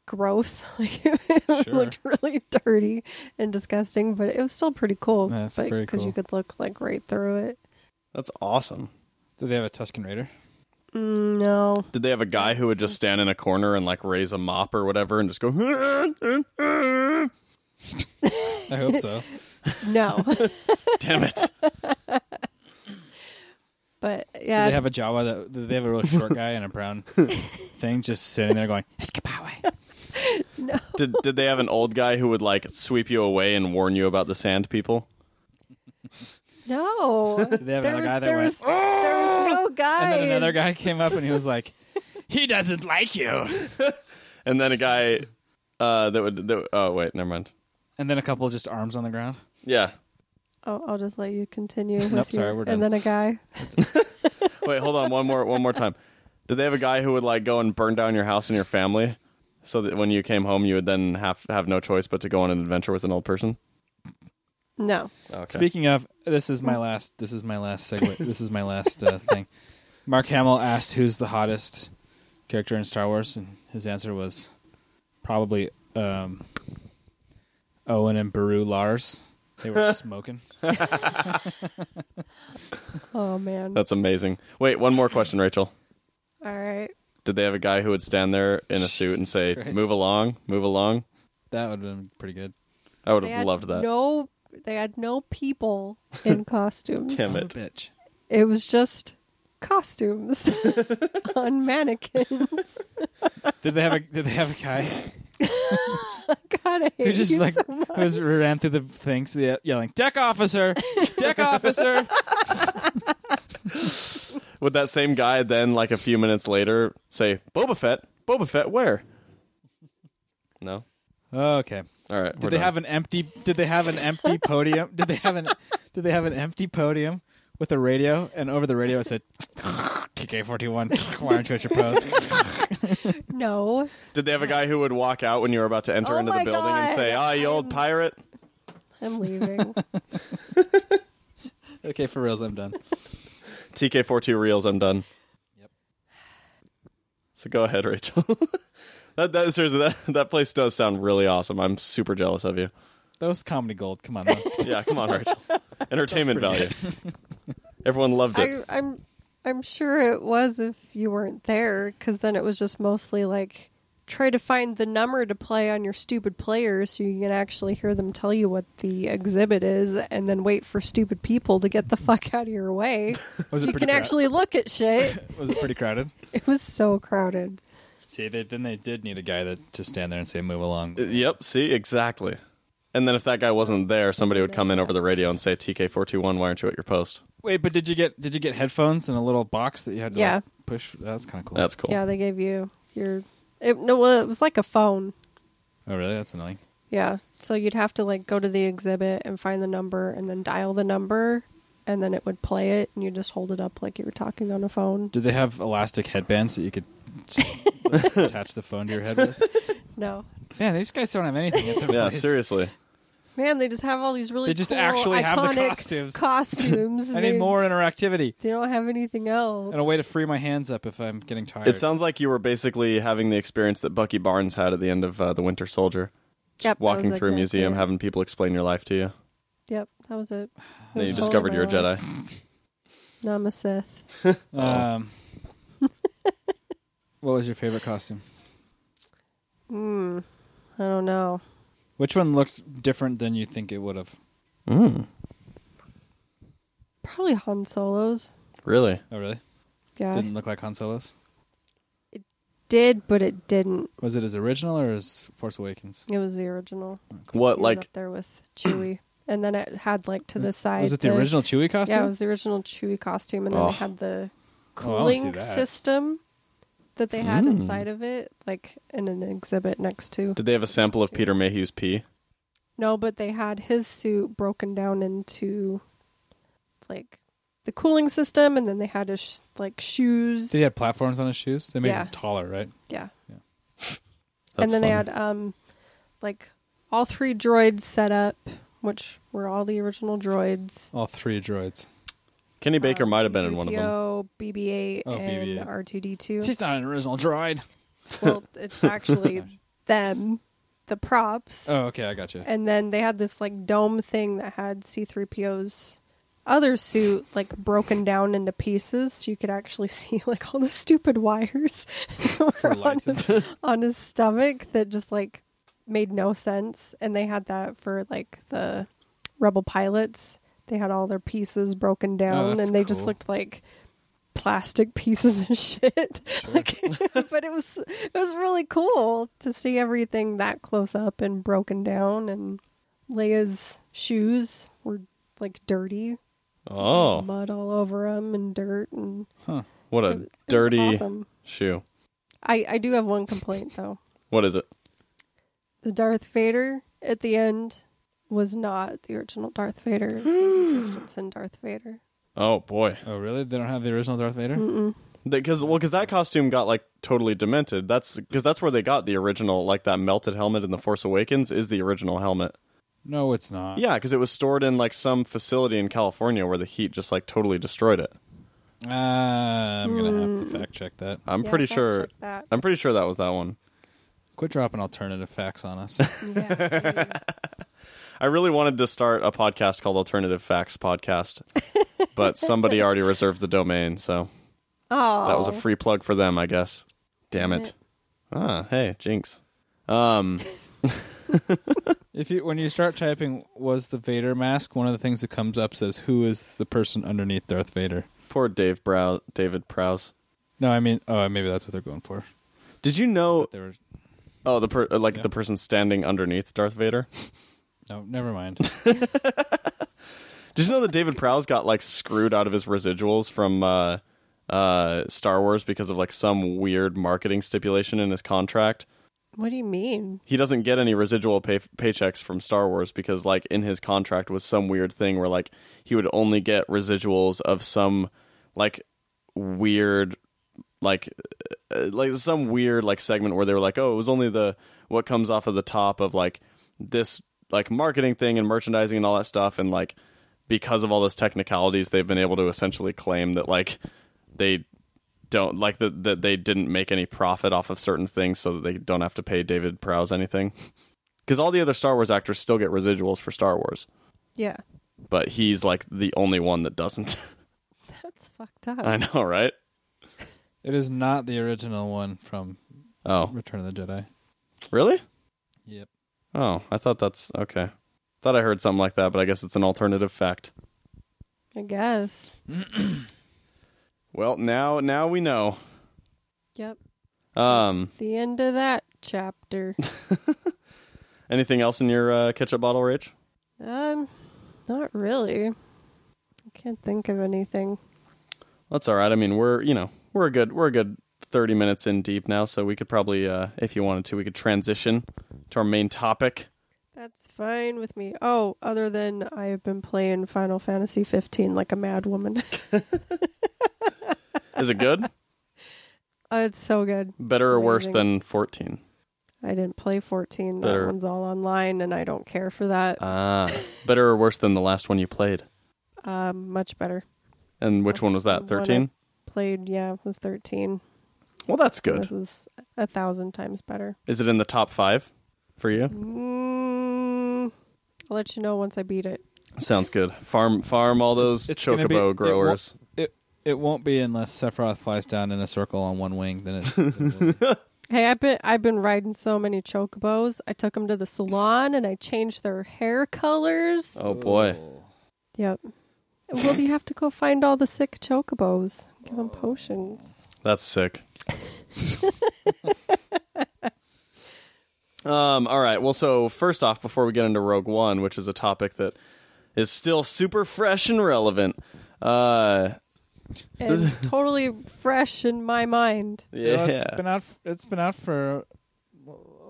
S2: gross, like it
S3: Sure.
S2: looked really dirty and disgusting, but it was still pretty cool.
S3: That's
S2: but-
S3: pretty cool.
S2: you could look like right through it.
S1: That's awesome.
S3: Do they have a Tuscan Raider?
S2: Mm, no,
S1: Did they have a guy who would just stand in a corner and like raise a mop or whatever and just go? Damn
S3: I hope so.
S2: no,
S1: it!
S2: but
S3: Do
S2: yeah,
S3: they have a Jawa that? Do they have a really short guy and a brown thing just sitting there going? "Eskapawe."
S1: Did did they have an old guy who would like sweep you away and warn you about the sand people?
S2: no.
S3: they have another guy that
S2: there
S3: went,
S2: was, there was no
S3: And
S2: guy.
S3: then another guy came up and he was like, "He doesn't like you."
S1: And then a guy uh, that would. That, oh wait, never mind.
S3: And then a couple just arms on the ground.
S1: Yeah.
S2: Oh, I'll just let you continue. with
S3: Nope, sorry,
S2: your-
S3: we're done.
S2: And then a guy.
S1: Wait, hold on. One more. One more time. Did they have a guy who would like go and burn down your house and your family, so that when you came home, you would then have have no choice but to go on an adventure with an old person?
S2: No.
S1: Okay.
S3: Speaking of, this is my last. This is my last segue. this is my last uh, thing. Mark Hamill asked, "Who's the hottest character in Star Wars?" And his answer was probably um, Owen and Baru Lars. They were smoking.
S2: Oh man.
S1: That's amazing. Wait, one more question, Rachel.
S2: All right.
S1: Did they have a guy who would stand there in a suit and
S3: Jesus
S1: say,
S3: Christ.
S1: "Move along, move along"?
S3: That would have been pretty good.
S1: I would
S2: They
S1: have
S2: had
S1: loved that.
S2: No, they had no people in costumes.
S1: Damn it.
S3: bitch.
S2: It was just costumes on mannequins.
S3: Did they have a Did they have a guy
S2: God, I hate
S3: who just
S2: you
S3: like
S2: so
S3: who was ran through the things ye- yelling, "Deck officer, deck officer!"
S1: Would that same guy then, like a few minutes later, say, "Boba Fett, Boba Fett, where?" No.
S3: Okay.
S1: All right.
S3: Did they have an empty? Did they have an empty podium? Did they have an? Did they have an empty podium with a radio? And over the radio, it said, "TK four two one. Why aren't you at your post?"
S2: No.
S1: Did they have a guy who would walk out when you were about to enter
S2: Oh
S1: into the
S2: my
S1: building and
S2: God.
S1: say, "Ah, you old pirate"?
S2: I'm leaving.
S3: okay, for reals, I'm done.
S1: TK42 reels. I'm done.
S3: Yep.
S1: So go ahead, Rachel. that that seriously that that place does sound really awesome. I'm super jealous of you.
S3: Those comedy gold. Come on, that was-
S1: Yeah, come on, Rachel. Entertainment value. Everyone loved it.
S2: I, I'm I'm sure it was if you weren't there, because then it was just mostly like try to find the number to play on your stupid player so you can actually hear them tell you what the exhibit is, and then wait for stupid people to get the fuck out of your way
S3: was
S2: so
S3: it
S2: you
S3: pretty
S2: can
S3: crowd-
S2: actually look at shit.
S3: Was it pretty crowded?
S2: It was so crowded.
S3: See, they, then they did need a guy that to stand there and say, "Move along."
S1: Yep. See, exactly. And then if that guy wasn't there, somebody would come in over the radio and say, "TK421, why aren't you at your post?"
S3: Wait, but did you get did you get headphones and a little box that you had to
S2: Yeah.
S3: like, push? That's kind of cool.
S1: That's cool.
S2: Yeah, they gave you your. It, no, well, it was like a phone.
S3: oh really? That's annoying.
S2: Yeah. So you'd have to like go to the exhibit and find the number and then dial the number and then it would play it and you just hold it up like you were talking on a phone.
S3: Did they have elastic headbands that you could s- attach the phone to your head with?
S2: No.
S3: Man, these guys don't have anything. At their
S1: Yeah,
S3: place.
S1: seriously.
S2: Man, they just have all these really
S3: They just
S2: cool,
S3: actually have the
S2: iconic
S3: costumes.
S2: costumes.
S3: I
S2: They-
S3: need more interactivity
S2: They don't have anything else.
S3: and a way to free my hands up if I'm getting tired.
S1: It sounds like you were basically having the experience that Bucky Barnes had at the end of uh, The Winter Soldier. Just
S2: Yep, that
S1: walking
S2: was
S1: through a
S2: exactly
S1: museum,
S2: it.
S1: having people explain your life to you.
S2: Yep, that was it. That
S1: Then
S2: was
S1: you
S2: totally
S1: discovered
S2: my
S1: you're a
S2: life.
S1: Jedi.
S2: No, I'm a Sith.
S3: um,
S1: Oh.
S3: what was your favorite costume?
S2: Hmm. I don't know.
S3: Which one looked different than you think it would have?
S2: Probably Han Solo's.
S1: Really?
S3: Oh, really?
S2: Yeah.
S3: Didn't look like Han Solo's.
S2: Did, but it didn't.
S3: Was it his original or his Force Awakens?
S2: It was the original.
S1: What
S2: It was
S1: like
S2: up there with Chewie, and then it had like to the side.
S3: was it the, original Chewie costume?
S2: Yeah, it was the original Chewie costume, and then
S1: Oh.
S2: they had the
S3: Oh, I wanna see
S2: cooling
S3: that.
S2: system that they had inside of it, like in an exhibit next to.
S1: did they have a sample of Peter Mayhew's pee?
S2: No, but they had his suit broken down into like the cooling system, and then they had his sh- like shoes.
S3: Did he have platforms on his shoes? They made
S2: Yeah.
S3: him taller, right?
S2: yeah.
S1: That's
S2: and
S1: funny.
S2: then they had um, like all three droids set up, which were all the original droids.
S3: All three droids.
S1: Kenny Baker
S2: Um,
S1: might have been in one of them.
S2: C-3PO, BB-8
S3: Oh,
S2: and
S3: BB-8.
S2: R2D2.
S3: He's not an original droid.
S2: well, it's actually them, the props.
S3: Oh, okay, I got you.
S2: And then they had this like dome thing that had C3PO's other suit like broken down into pieces so you could actually see like all the stupid wires that were on,
S3: lights and-
S2: his- on his stomach that just like made no sense and they had that for like the rebel pilots they had all their pieces
S1: Oh,
S2: broken down
S3: that's
S2: and they just
S3: cool.
S2: looked like plastic pieces of shit like, but it was it was really cool to see everything that close up and broken down and leia's shoes were like dirty There was
S1: Oh,
S2: mud all over them and dirt and
S1: what
S2: it- it
S1: a
S2: was
S1: dirty
S2: awesome.
S1: shoe.
S2: i i do have one complaint though
S1: What is it?
S2: the darth vader at the end was not the original darth vader it's Hayden Christensen darth vader
S1: Oh boy,
S3: Oh, really? They don't have the original Darth Vader?
S1: because well, because that costume got like totally demented. That's because that's where they got the original, like that melted helmet in the Force Awakens is the original helmet.
S3: No, it's not.
S1: Yeah, because it was stored in like some facility in California where the heat just like totally destroyed it.
S3: Uh, I'm gonna
S2: Mm.
S3: have to fact check that.
S1: I'm
S2: Yeah,
S1: pretty
S2: fact
S1: sure.
S2: check that.
S1: I'm pretty sure that was that one.
S3: Quit dropping alternative facts on us.
S2: yeah geez.
S1: I really wanted to start a podcast called Alternative Facts Podcast, but somebody already reserved the domain, so
S2: oh
S1: that was a free plug for them, I guess. Damn it! Ah, hey, Jinx. Um,
S3: if you when you start typing, was the Vader mask one of the things that comes up? Says who is the person underneath Darth Vader?
S1: poor Dave Brow, David Prowse.
S3: No, I mean, oh, maybe that's what they're going for.
S1: Did you know?
S3: They were
S1: Oh, the per, uh, like
S3: Yeah.
S1: the person standing underneath Darth Vader.
S3: no, never mind.
S1: Did you know that David Prowse got like screwed out of his residuals from uh, uh, Star Wars because of like some weird marketing stipulation in his contract?
S2: what do you mean
S1: He doesn't get any residual pay- paychecks from Star Wars because like in his contract was some weird thing where like he would only get residuals of some like weird like uh, like some weird like segment where they were like, oh, it was only the what comes off of the top of like this like marketing thing and merchandising and all that stuff, and like because of all those technicalities, they've been able to essentially claim that like they don't like that that they didn't make any profit off of certain things, so that they don't have to pay David Prowse anything. Because all the other Star Wars actors still get residuals for Star Wars,
S2: yeah
S1: but he's like the only one that doesn't.
S2: that's fucked up
S1: I know, right?
S3: it is not the original one from
S1: Oh,
S3: Return of the Jedi.
S1: really?
S3: Yep.
S1: Oh, I thought that's okay. Thought I heard something like that, but I guess it's an alternative fact.
S2: I guess.
S1: Well, now now we know.
S2: Yep.
S1: Um,
S2: The end of that chapter.
S1: anything else in your uh, ketchup bottle, Rach?
S2: um, not really. I can't think of anything.
S1: That's all right. I mean, we're you know we're a good we're a good thirty minutes in deep now, so we could probably, uh, if you wanted to, we could transition to our main topic.
S2: That's fine with me. Oh, other than I have been playing Final Fantasy 15 like a mad woman.
S1: Is it good?
S2: oh, it's so good.
S1: Better or worse
S2: Amazing.
S1: than fourteen?
S2: I didn't play 14. That
S1: Better.
S2: one's all online, and I don't care for that.
S1: Ah, better or worse than the last one you played?
S2: um, much better.
S1: And which one was that?
S2: That's the one I-
S1: Thirteen.
S2: Played, yeah, it was 13.
S1: Well, that's
S2: This
S1: good.
S2: is a thousand times better.
S1: Is it in the top five for you?
S2: Mm, I'll let you know once I beat it.
S1: Sounds good. Farm farm all those
S3: It's gonna
S1: chocobo
S3: be- it won't-
S1: growers.
S3: It it won't be unless Sephiroth flies down in a circle on one wing. Then it's
S2: Hey, I've been I've been riding so many chocobos. I took them to the salon and I changed their hair colors.
S1: oh boy.
S2: Yep. Well, you have to go find all the sick chocobos. Give them potions.
S1: That's sick. um, all right. Well, so first off, before we get into Rogue One, which is a topic that is still super fresh and relevant. Uh,
S2: And totally fresh in my mind.
S3: You
S1: yeah,
S3: know, it's been out. It's been out for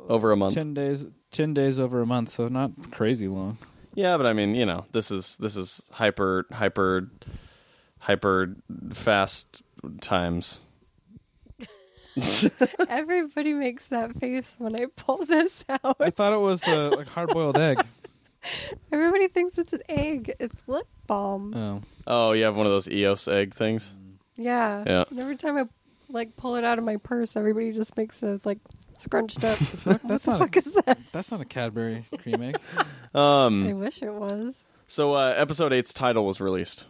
S1: over a month.
S3: ten days. Ten days over a month, so not crazy long.
S1: Yeah, but I mean, you know, this is this is hyper hyper hyper fast times.
S2: Everybody makes that face when I pull this out.
S3: I thought it was a like hard boiled egg.
S2: Everybody thinks it's an egg. It's lip balm.
S3: Oh,
S1: Oh, you have one of those EOS egg things.
S3: Mm.
S2: yeah.
S1: Yeah.
S2: And every time I like pull it out of my purse, everybody just makes a like scrunched up.
S3: that's
S2: what the
S3: not
S2: fuck is that?
S3: that's not a Cadbury cream egg.
S1: Hmm.
S2: I wish it was.
S1: So uh, episode eight's title was released.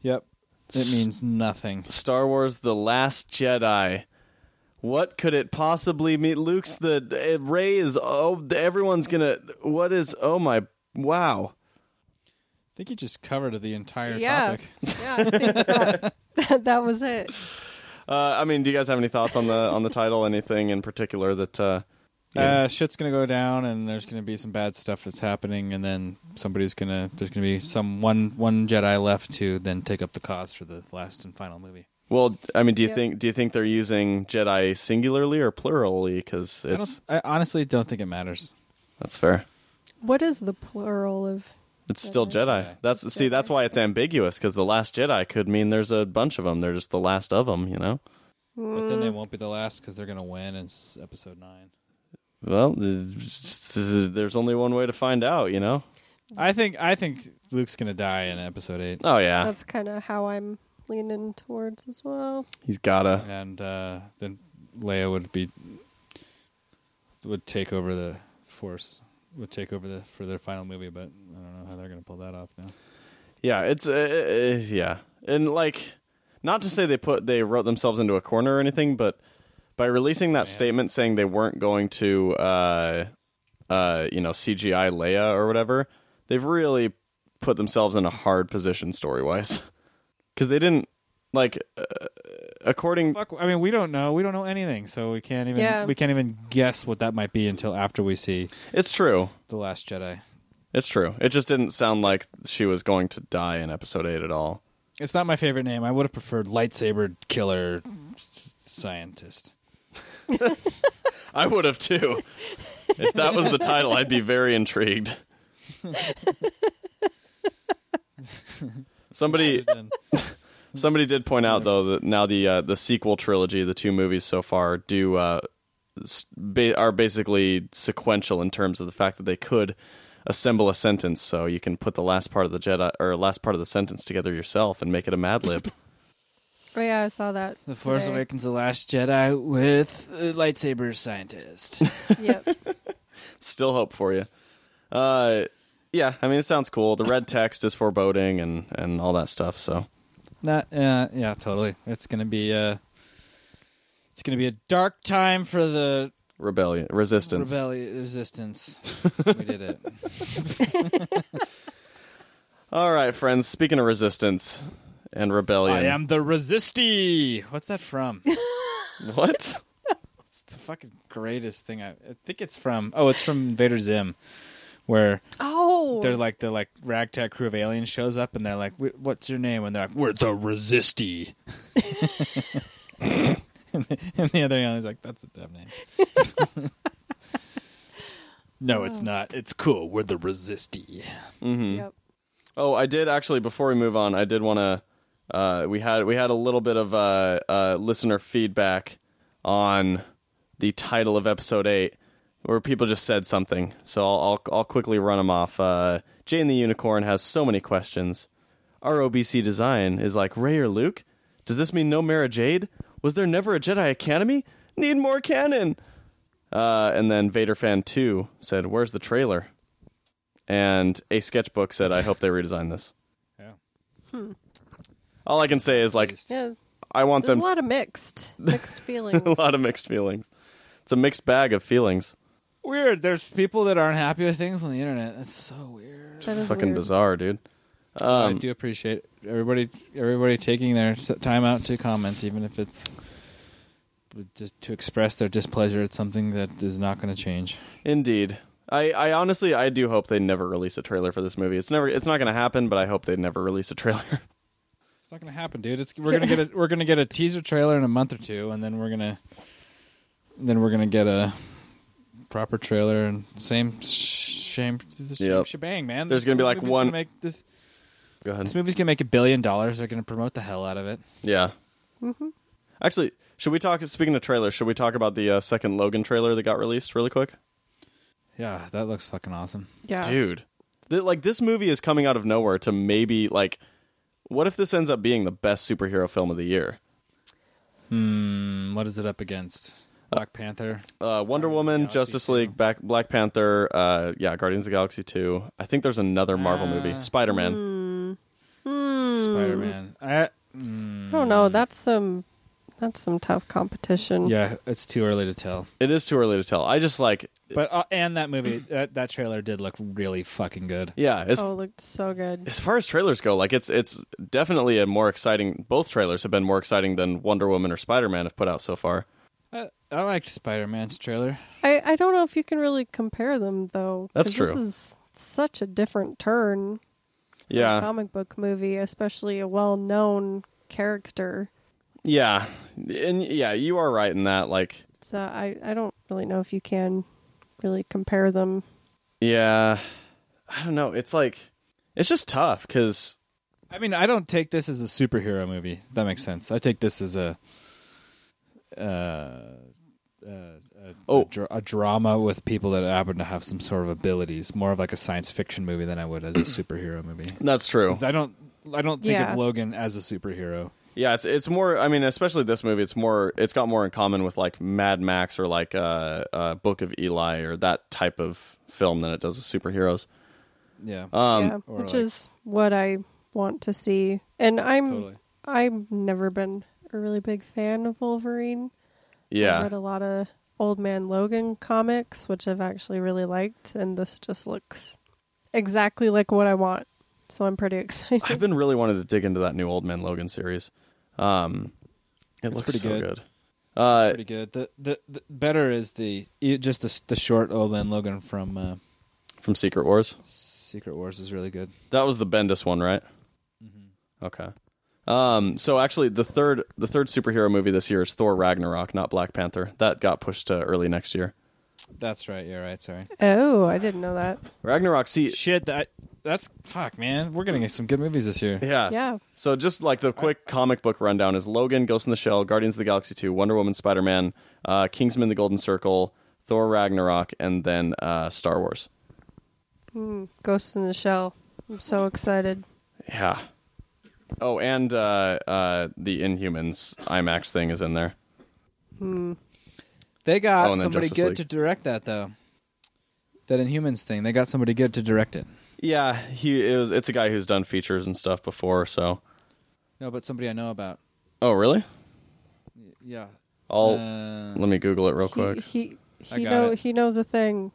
S3: Yep, it means nothing.
S1: Star Wars: The Last Jedi. What could it possibly mean? Luke's the uh, Ray is oh everyone's gonna what is oh my wow
S3: I think you just covered the entire
S2: Yeah.
S3: topic.
S2: Yeah, I think that, that, that was it.
S1: uh, I mean do you guys have any thoughts on the on the title anything in particular that uh, Yeah.
S3: Uh, shit's gonna go down, and there's gonna be some bad stuff that's happening, and then somebody's gonna there's gonna be some one one Jedi left to then take up the cause for the last and final movie.
S1: well I mean do you
S2: Yeah.
S1: think do you think they're using Jedi singularly or plurally because
S3: I,
S1: it's
S3: don't, I honestly don't think it matters.
S1: that's fair
S2: What is the plural of?
S1: It's still Jedi.
S3: Jedi.
S1: That's see. That's why it's ambiguous because the last Jedi could mean there's a bunch of them. They're just the last of them. You know.
S3: But then they won't be the last because they're gonna win in s- episode nine.
S1: Well, there's only one way to find out. You know.
S3: I think I think Luke's gonna die in episode eight,
S1: Oh yeah,
S2: That's kind of how I'm leaning towards as well.
S1: he's gotta.
S3: and uh, then Leia would be would take over the Force, would take over the for their final movie. But I don't know how they're gonna pull that off now.
S1: Yeah, it's uh, uh, yeah, and like, not to say they put they wrote themselves into a corner or anything, but by releasing that statement saying they weren't going to, uh, uh, you know, CGI Leia or whatever, they've really put themselves in a hard position story wise because they didn't like, uh, according
S3: Fuck, I mean, we don't know. We don't know anything, so we can't even
S2: Yeah.
S3: we can't even guess what that might be until after we see
S1: it's true.
S3: the Last Jedi.
S1: It's true. It just didn't sound like she was going to die in episode eight at all.
S3: It's not my favorite name. I would have preferred lightsaber killer s- scientist.
S1: I would have too. if that was the title, I'd be very intrigued. somebody
S3: Then-
S1: somebody did point out though that now the uh, the sequel trilogy, the two movies so far, do uh, s- ba- are basically sequential in terms of the fact that they could assemble a sentence, so you can put the last part of the Jedi or last part of the sentence together yourself and make it a Mad Lib.
S2: Oh yeah, I saw that.
S3: the Force
S2: today.
S3: Awakens, the Last Jedi with a lightsaber scientist.
S2: Yep.
S1: still hope for you. Uh, yeah, I mean it sounds cool. The red text is foreboding and and all that stuff. So
S3: not uh, yeah, totally. It's gonna be uh, it's gonna be a dark time for the
S1: rebellion, resistance.
S3: rebellion resistance. we did it.
S1: All right, friends. Speaking of resistance and rebellion,
S3: I am the resistee. What's that from?
S1: what?
S3: the fucking greatest thing. I, I think it's from. Oh, it's from Invader Zim, where
S2: Oh,
S3: they're like the like ragtag crew of aliens shows up and they're like, "Wh- "What's your name?" And they're like, "We're the Resistee." and the other alien's like, "That's a dumb name." no, it's not. It's cool. We're the Resistee.
S2: yep.
S1: Oh, I did actually. Before we move on, I did want to. Uh, we had we had a little bit of uh, uh, listener feedback on the title of episode eight, where people just said something. So I'll I'll, I'll quickly run them off. Uh, Jane the Unicorn has so many questions. ROBC design is like Ray or Luke. Does this mean no Mara Jade? Was there never a Jedi Academy? Need more canon. Uh, and then Vader fan two said, "Where's the trailer?" And a sketchbook said, "I hope they redesign this."
S3: Yeah.
S1: All I can say is like
S2: Yeah.
S1: I want
S2: There's
S1: them
S2: a lot of mixed mixed feelings.
S1: a lot of mixed feelings. It's a mixed bag of feelings.
S3: Weird. There's people that aren't happy with things on the internet. That's so weird.
S2: That is
S1: Fucking
S2: weird.
S1: bizarre, dude.
S3: I do appreciate everybody everybody taking their s- time out to comment, even if it's just to express their displeasure at something that is not going to change.
S1: Indeed. I, I honestly I do hope they never release a trailer for this movie. It's never it's not going to happen, but I hope they never release a trailer.
S3: It's not going to happen, dude. It's, we're going to get a we're going to get a teaser trailer in a month or two, and then we're gonna then we're gonna get a proper trailer and same sh- shame, same
S1: Yep.
S3: shebang, man.
S1: There's
S3: This
S1: gonna be like
S3: movie's
S1: one-
S3: Make this
S1: Go ahead.
S3: This movie's gonna make a billion dollars. They're gonna promote the hell out of it.
S1: Yeah.
S2: Mm-hmm.
S1: Actually, should we talk? Speaking of trailers, should we talk about the uh, second Logan trailer that got released really quick?
S3: Yeah, that looks fucking awesome.
S2: Yeah.
S1: Dude, Th- like this movie is coming out of nowhere to maybe like, what if this ends up being the best superhero film of the year?
S3: Hmm, what is it up against? Black Panther.
S1: Uh, Wonder Woman,
S3: Galaxy
S1: Justice
S3: two.
S1: League, Back, Black Panther, uh, yeah, Guardians of the Galaxy two. I think there's another Marvel
S3: Ah.
S1: movie, Spider Man.
S3: Hmm. Spider Man. I
S2: Hmm. I don't
S1: Mm.
S2: know. That's some that's some tough competition.
S3: yeah, it's too early to tell.
S1: It is too early to tell. I just like,
S3: But uh, and that movie, that, that trailer did look really fucking good.
S1: yeah, as
S2: Oh, it looked so good.
S1: as far as trailers go, like it's it's definitely a more exciting. Both trailers have been more exciting than Wonder Woman or Spider Man have put out so far.
S3: I, I liked Spider Man's trailer.
S2: I, I don't know if you can really compare them though. 'cause
S1: That's
S2: This
S1: true.
S2: is such a different turn. for a
S1: Yeah,
S3: Oh.
S2: comic book movie, especially a well known character.
S1: yeah, and yeah, you are right in that. Like,
S2: So I, I don't really know if you can really compare them.
S1: yeah, I don't know. It's like it's just tough because
S3: I mean, I don't take this as a superhero movie. That makes sense. I take this as a uh, uh, a,
S1: Oh.
S3: a, dra- a drama with people that happen to have some sort of abilities. More of like a science fiction movie than I would as a superhero movie.
S1: that's true.
S3: 'Cause I don't, I don't think
S2: Yeah.
S3: of Logan as a superhero.
S1: Yeah, it's it's more. I mean, especially this movie, it's more. It's got more in common with like Mad Max or like uh, uh Book of Eli or that type of film than it does with superheroes.
S3: Yeah,
S1: Um,
S2: yeah,
S3: or
S2: which
S3: like-
S2: is what I want to see. And I'm
S3: totally.
S2: I've never been a really big fan of Wolverine. I
S1: yeah,
S2: read a lot of Old Man Logan comics, which I've actually really liked, and this just looks exactly like what I want. So I'm pretty excited.
S1: I've been really wanted to dig into that new Old Man Logan series. Um, it looks
S3: pretty
S1: so good.
S3: good.
S1: Uh,
S3: Pretty good. The, the the better is the e- just the s- the short old man Logan from uh,
S1: from Secret Wars,
S3: Secret Wars is really good.
S1: that was the Bendis one, right?
S3: Mm-hmm.
S1: Okay. Um, so actually, the third the third superhero movie this year is Thor Ragnarok, not Black Panther. That got pushed to early next year.
S3: That's right. You're right. Sorry.
S2: oh, I didn't know that.
S1: Ragnarok, see,
S3: Shit. That that's fuck, man. We're gonna get some good movies this year.
S1: Yes.
S2: Yeah.
S1: So just like the quick comic book rundown is Logan, Ghost in the Shell, Guardians of the Galaxy 2, Wonder Woman, Spider-Man, uh, Kingsman, The Golden Circle, Thor Ragnarok, and then uh, Star Wars.
S2: Hmm. Ghost in the Shell. I'm so excited.
S1: Yeah. Oh, and uh, uh, the Inhumans IMAX thing is in there.
S3: They
S1: Oh,
S3: got
S1: and then
S3: somebody
S1: Justice
S3: good
S1: League.
S3: to direct that though. That Inhumans thing. They got somebody good to direct it.
S1: Yeah, he it was, it's a guy who's done features and stuff before, so
S3: No, but somebody I know about.
S1: Oh, really?
S3: Yeah.
S1: I'll
S3: Uh,
S1: let me Google it real
S2: He
S1: quick.
S2: he,
S3: I
S2: he
S3: got
S2: know
S3: it.
S2: he knows a thing.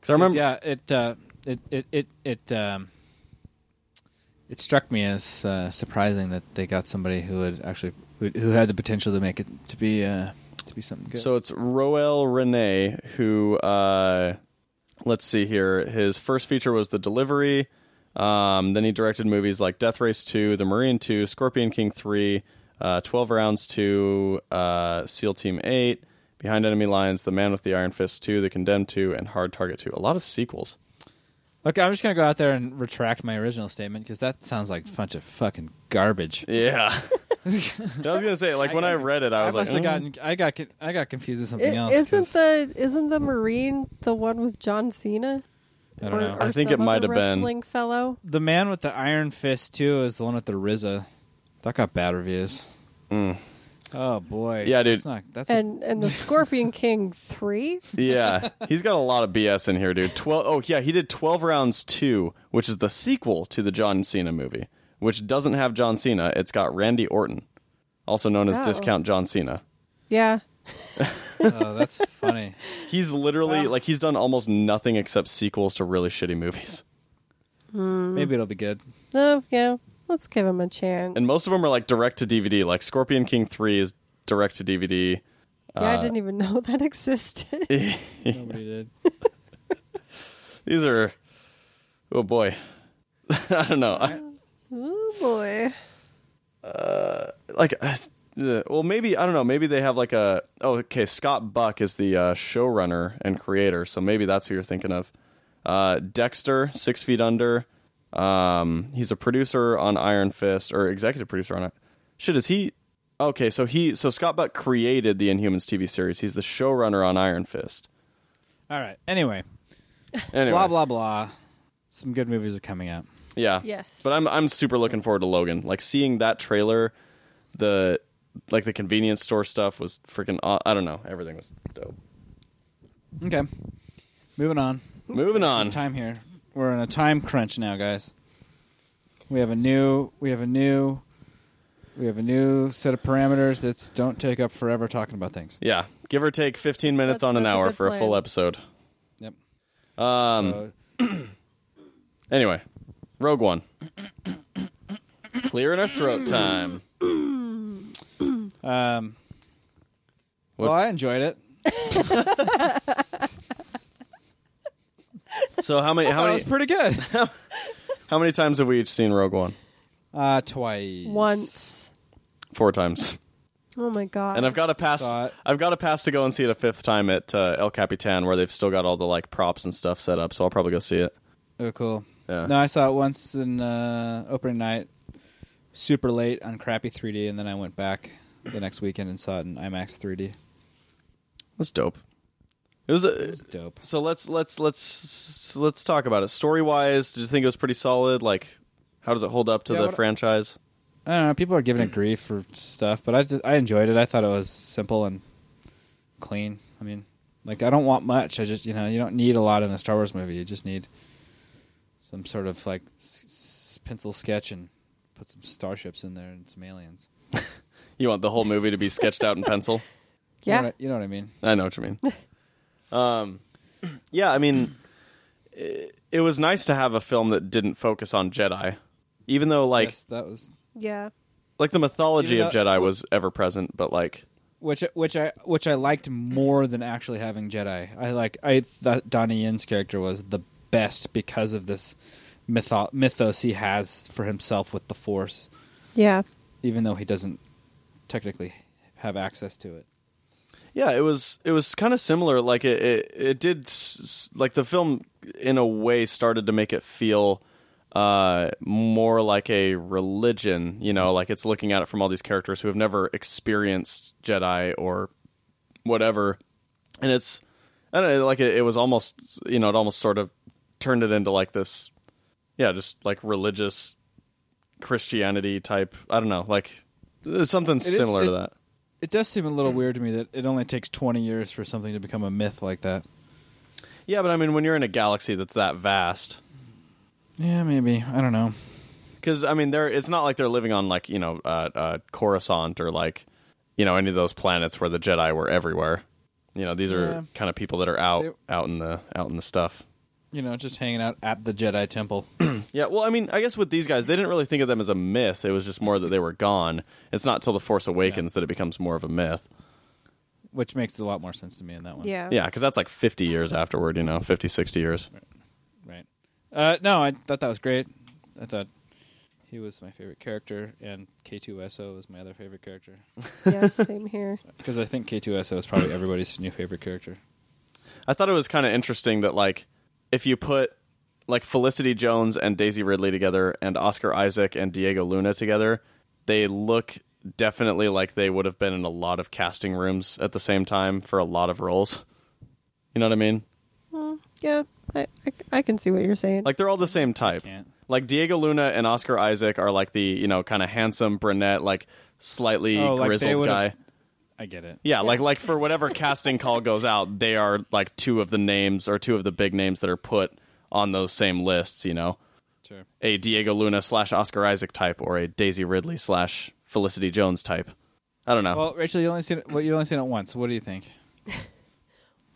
S1: Cuz I remember
S3: Yeah. It. Uh, it. It. It. It. Um, it struck me as uh, surprising that they got somebody who had actually who, who had the potential to make it to be uh, to be something good.
S1: So it's Roel Rene who uh let's see here. His first feature was The Delivery. Um then he directed movies like Death Race 2, The Marine 2, Scorpion King 3, uh 12 Rounds 2, uh SEAL Team 8, Behind Enemy Lines, The Man with the Iron Fist 2, The Condemned 2 and Hard Target 2. A lot of sequels.
S3: Look, I'm just gonna go out there and retract my original statement because that sounds like a bunch of fucking garbage.
S1: Yeah. I was going to say like when I read it I
S3: I,
S1: was
S3: must
S1: like
S3: have
S1: "Mm."
S3: gotten, I got, con- I got confused with something
S2: It,
S3: else.
S2: isn't
S3: 'cause-
S2: the isn't the Marine the one with John Cena?
S3: I don't
S2: or,
S3: know.
S2: or
S1: I think
S2: some
S1: it might
S2: other
S1: have been.
S2: wrestling fellow.
S3: the man with the iron fist too is the one with the RZA. That got bad reviews. Oh boy,
S1: Mm. Yeah, dude.
S3: That's not, that's a-
S2: And and the Scorpion King three.
S1: Yeah, he's got a lot of BS in here, dude. Twelve. Oh yeah, he did Twelve Rounds Two, which is the sequel to the John Cena movie, which doesn't have John Cena. It's got Randy Orton, also known as
S2: Oh.
S1: Discount John Cena.
S2: Yeah,
S3: oh, that's funny.
S1: He's literally like he's done almost nothing except sequels to really shitty movies,
S3: Maybe it'll be good.
S2: no, yeah. Let's give him a chance.
S1: and most of them are like direct to DVD. Like Scorpion King Three is direct to DVD.
S2: yeah,
S1: uh,
S2: I didn't even know that existed.
S3: Nobody did.
S1: These are, oh boy, I don't know. I,
S2: oh boy.
S1: like uh, well maybe i don't know maybe they have like a oh okay scott buck is the uh, showrunner and creator so maybe that's who you're thinking of uh, dexter six feet under Um, he's a producer on Iron Fist or executive producer on it. Shit, is he? Okay, so he so Scott Buck created the Inhumans TV series. He's the showrunner on Iron Fist.
S3: All right. Anyway,
S1: Anyway,
S3: blah blah blah. Some good movies are coming out.
S1: Yeah.
S2: Yes.
S1: But I'm I'm super looking forward to Logan. Like seeing that trailer, the like the convenience store stuff was freaking. aw- I don't know. Everything was dope.
S3: Okay. Moving on.
S1: Moving on.
S3: Time here. We're in a time crunch now, guys. We have a new. We have a new. We have a new set of parameters that's don't take up forever talking about things.
S1: Yeah, give or take 15 minutes
S2: That's-
S1: on an
S2: that's a
S1: hour
S2: good
S1: for a full
S2: plan.
S1: episode.
S3: Yep.
S1: Um.
S3: So,
S1: Anyway, Rogue One. Clearing our throat time.
S3: um,
S1: What-
S3: well, I enjoyed it.
S1: So how many how
S3: That
S1: many
S3: was pretty good.
S1: how many times have we each seen Rogue One?
S3: uh, twice.
S2: Once.
S1: Four times.
S2: Oh my god.
S1: And I've got a pass.
S3: Thought.
S1: I've got a pass to go and see it a fifth time at uh, El Capitan, where they've still got all the like props and stuff set up. So I'll probably go see it.
S3: Oh, cool.
S1: Yeah.
S3: No, I saw it once in uh, opening night, super late on crappy 3D, and then I went back the next weekend and saw it in IMAX 3D.
S1: That's dope. It was a,
S3: Dope.
S1: so let's let's let's let's talk about it. Story wise, did you think it was pretty solid? Like, how does it hold up to
S3: Yeah,
S1: the
S3: what-
S1: franchise?
S3: I don't know. People are giving it grief for stuff, but I just, I enjoyed it. I thought it was simple and clean. I mean, like I don't want much. I just you know you don't need a lot in a Star Wars movie. You just need some sort of like s- s- pencil sketch and put some starships in there and some aliens.
S1: You want the whole movie to be sketched out in pencil?
S3: You know
S2: yeah.
S3: what I- you know what I mean.
S1: I know what you mean. um, yeah, I mean, it, it was nice to have a film that didn't focus on Jedi, even though like
S3: Yes, that was
S2: Yeah.
S1: like the mythology
S3: Even
S1: of
S3: though-
S1: Jedi was ever present, but like
S3: which which I which I liked more than actually having Jedi. I like I thought Donnie Yin's character was the best because of this mytho- mythos he has for himself with the Force,
S2: Yeah.
S3: even though he doesn't technically have access to it.
S1: Yeah, it was it was kind of similar. Like it it, it did s- s- like the film in a way started to make it feel uh, more like a religion. You know, like it's looking at it from all these characters who have never experienced Jedi or whatever, and it's I don't know, like it, it was almost you know it almost sort of turned it into like this, yeah, just like religious Christianity type. I don't know, like something
S3: is-
S1: similar to
S3: it-
S1: that.
S3: It does seem a little weird to me that it only takes twenty years for something to become a myth like that.
S1: Yeah, but I mean, when you're in a galaxy that's that vast,
S3: Yeah, maybe I don't know.
S1: because I mean, they're it's not like they're living on like you know uh, uh, Coruscant or like you know any of those planets where the Jedi were everywhere. You know, these are
S3: Yeah.
S1: kind of people that are out
S3: They-
S1: out in the out in the stuff.
S3: You know, just hanging out at the Jedi Temple.
S1: Yeah, well, I mean, I guess with these guys, they didn't really think of them as a myth. It was just more that they were gone. It's not till the Force Awakens that it becomes more of a myth.
S3: Which makes a lot more sense to me in that one.
S2: Yeah.
S1: Yeah, because that's like 50 years afterward. You know, 50, 60 years.
S3: Right. Uh, no, I thought that was great. I thought he was my favorite character, and K2SO was my other favorite character.
S2: Yeah, same here.
S3: Because I think K2SO is probably everybody's new favorite character.
S1: I thought it was kind of interesting that like if you put like Felicity Jones and Daisy Ridley together and Oscar Isaac and Diego Luna together, they look definitely like they would have been in a lot of casting rooms at the same time for a lot of roles. You know what I mean?
S2: Yeah. I, I, I can see what you're saying.
S1: Like they're all the same type.
S3: can't.
S1: Like Diego Luna and Oscar Isaac are like the, you know, kind of handsome brunette like slightly
S3: Oh, like they
S1: grizzled
S3: would've-
S1: guy.
S3: I get it.
S1: Yeah, like like for whatever casting call goes out, they are like two of the names or two of the big names that are put on those same lists. You know,
S3: Sure.
S1: a Diego Luna slash Oscar Isaac type or a Daisy Ridley slash Felicity Jones type. I don't know.
S3: Well, Rachel, you only seen it. Well, you only seen it once. What do you think?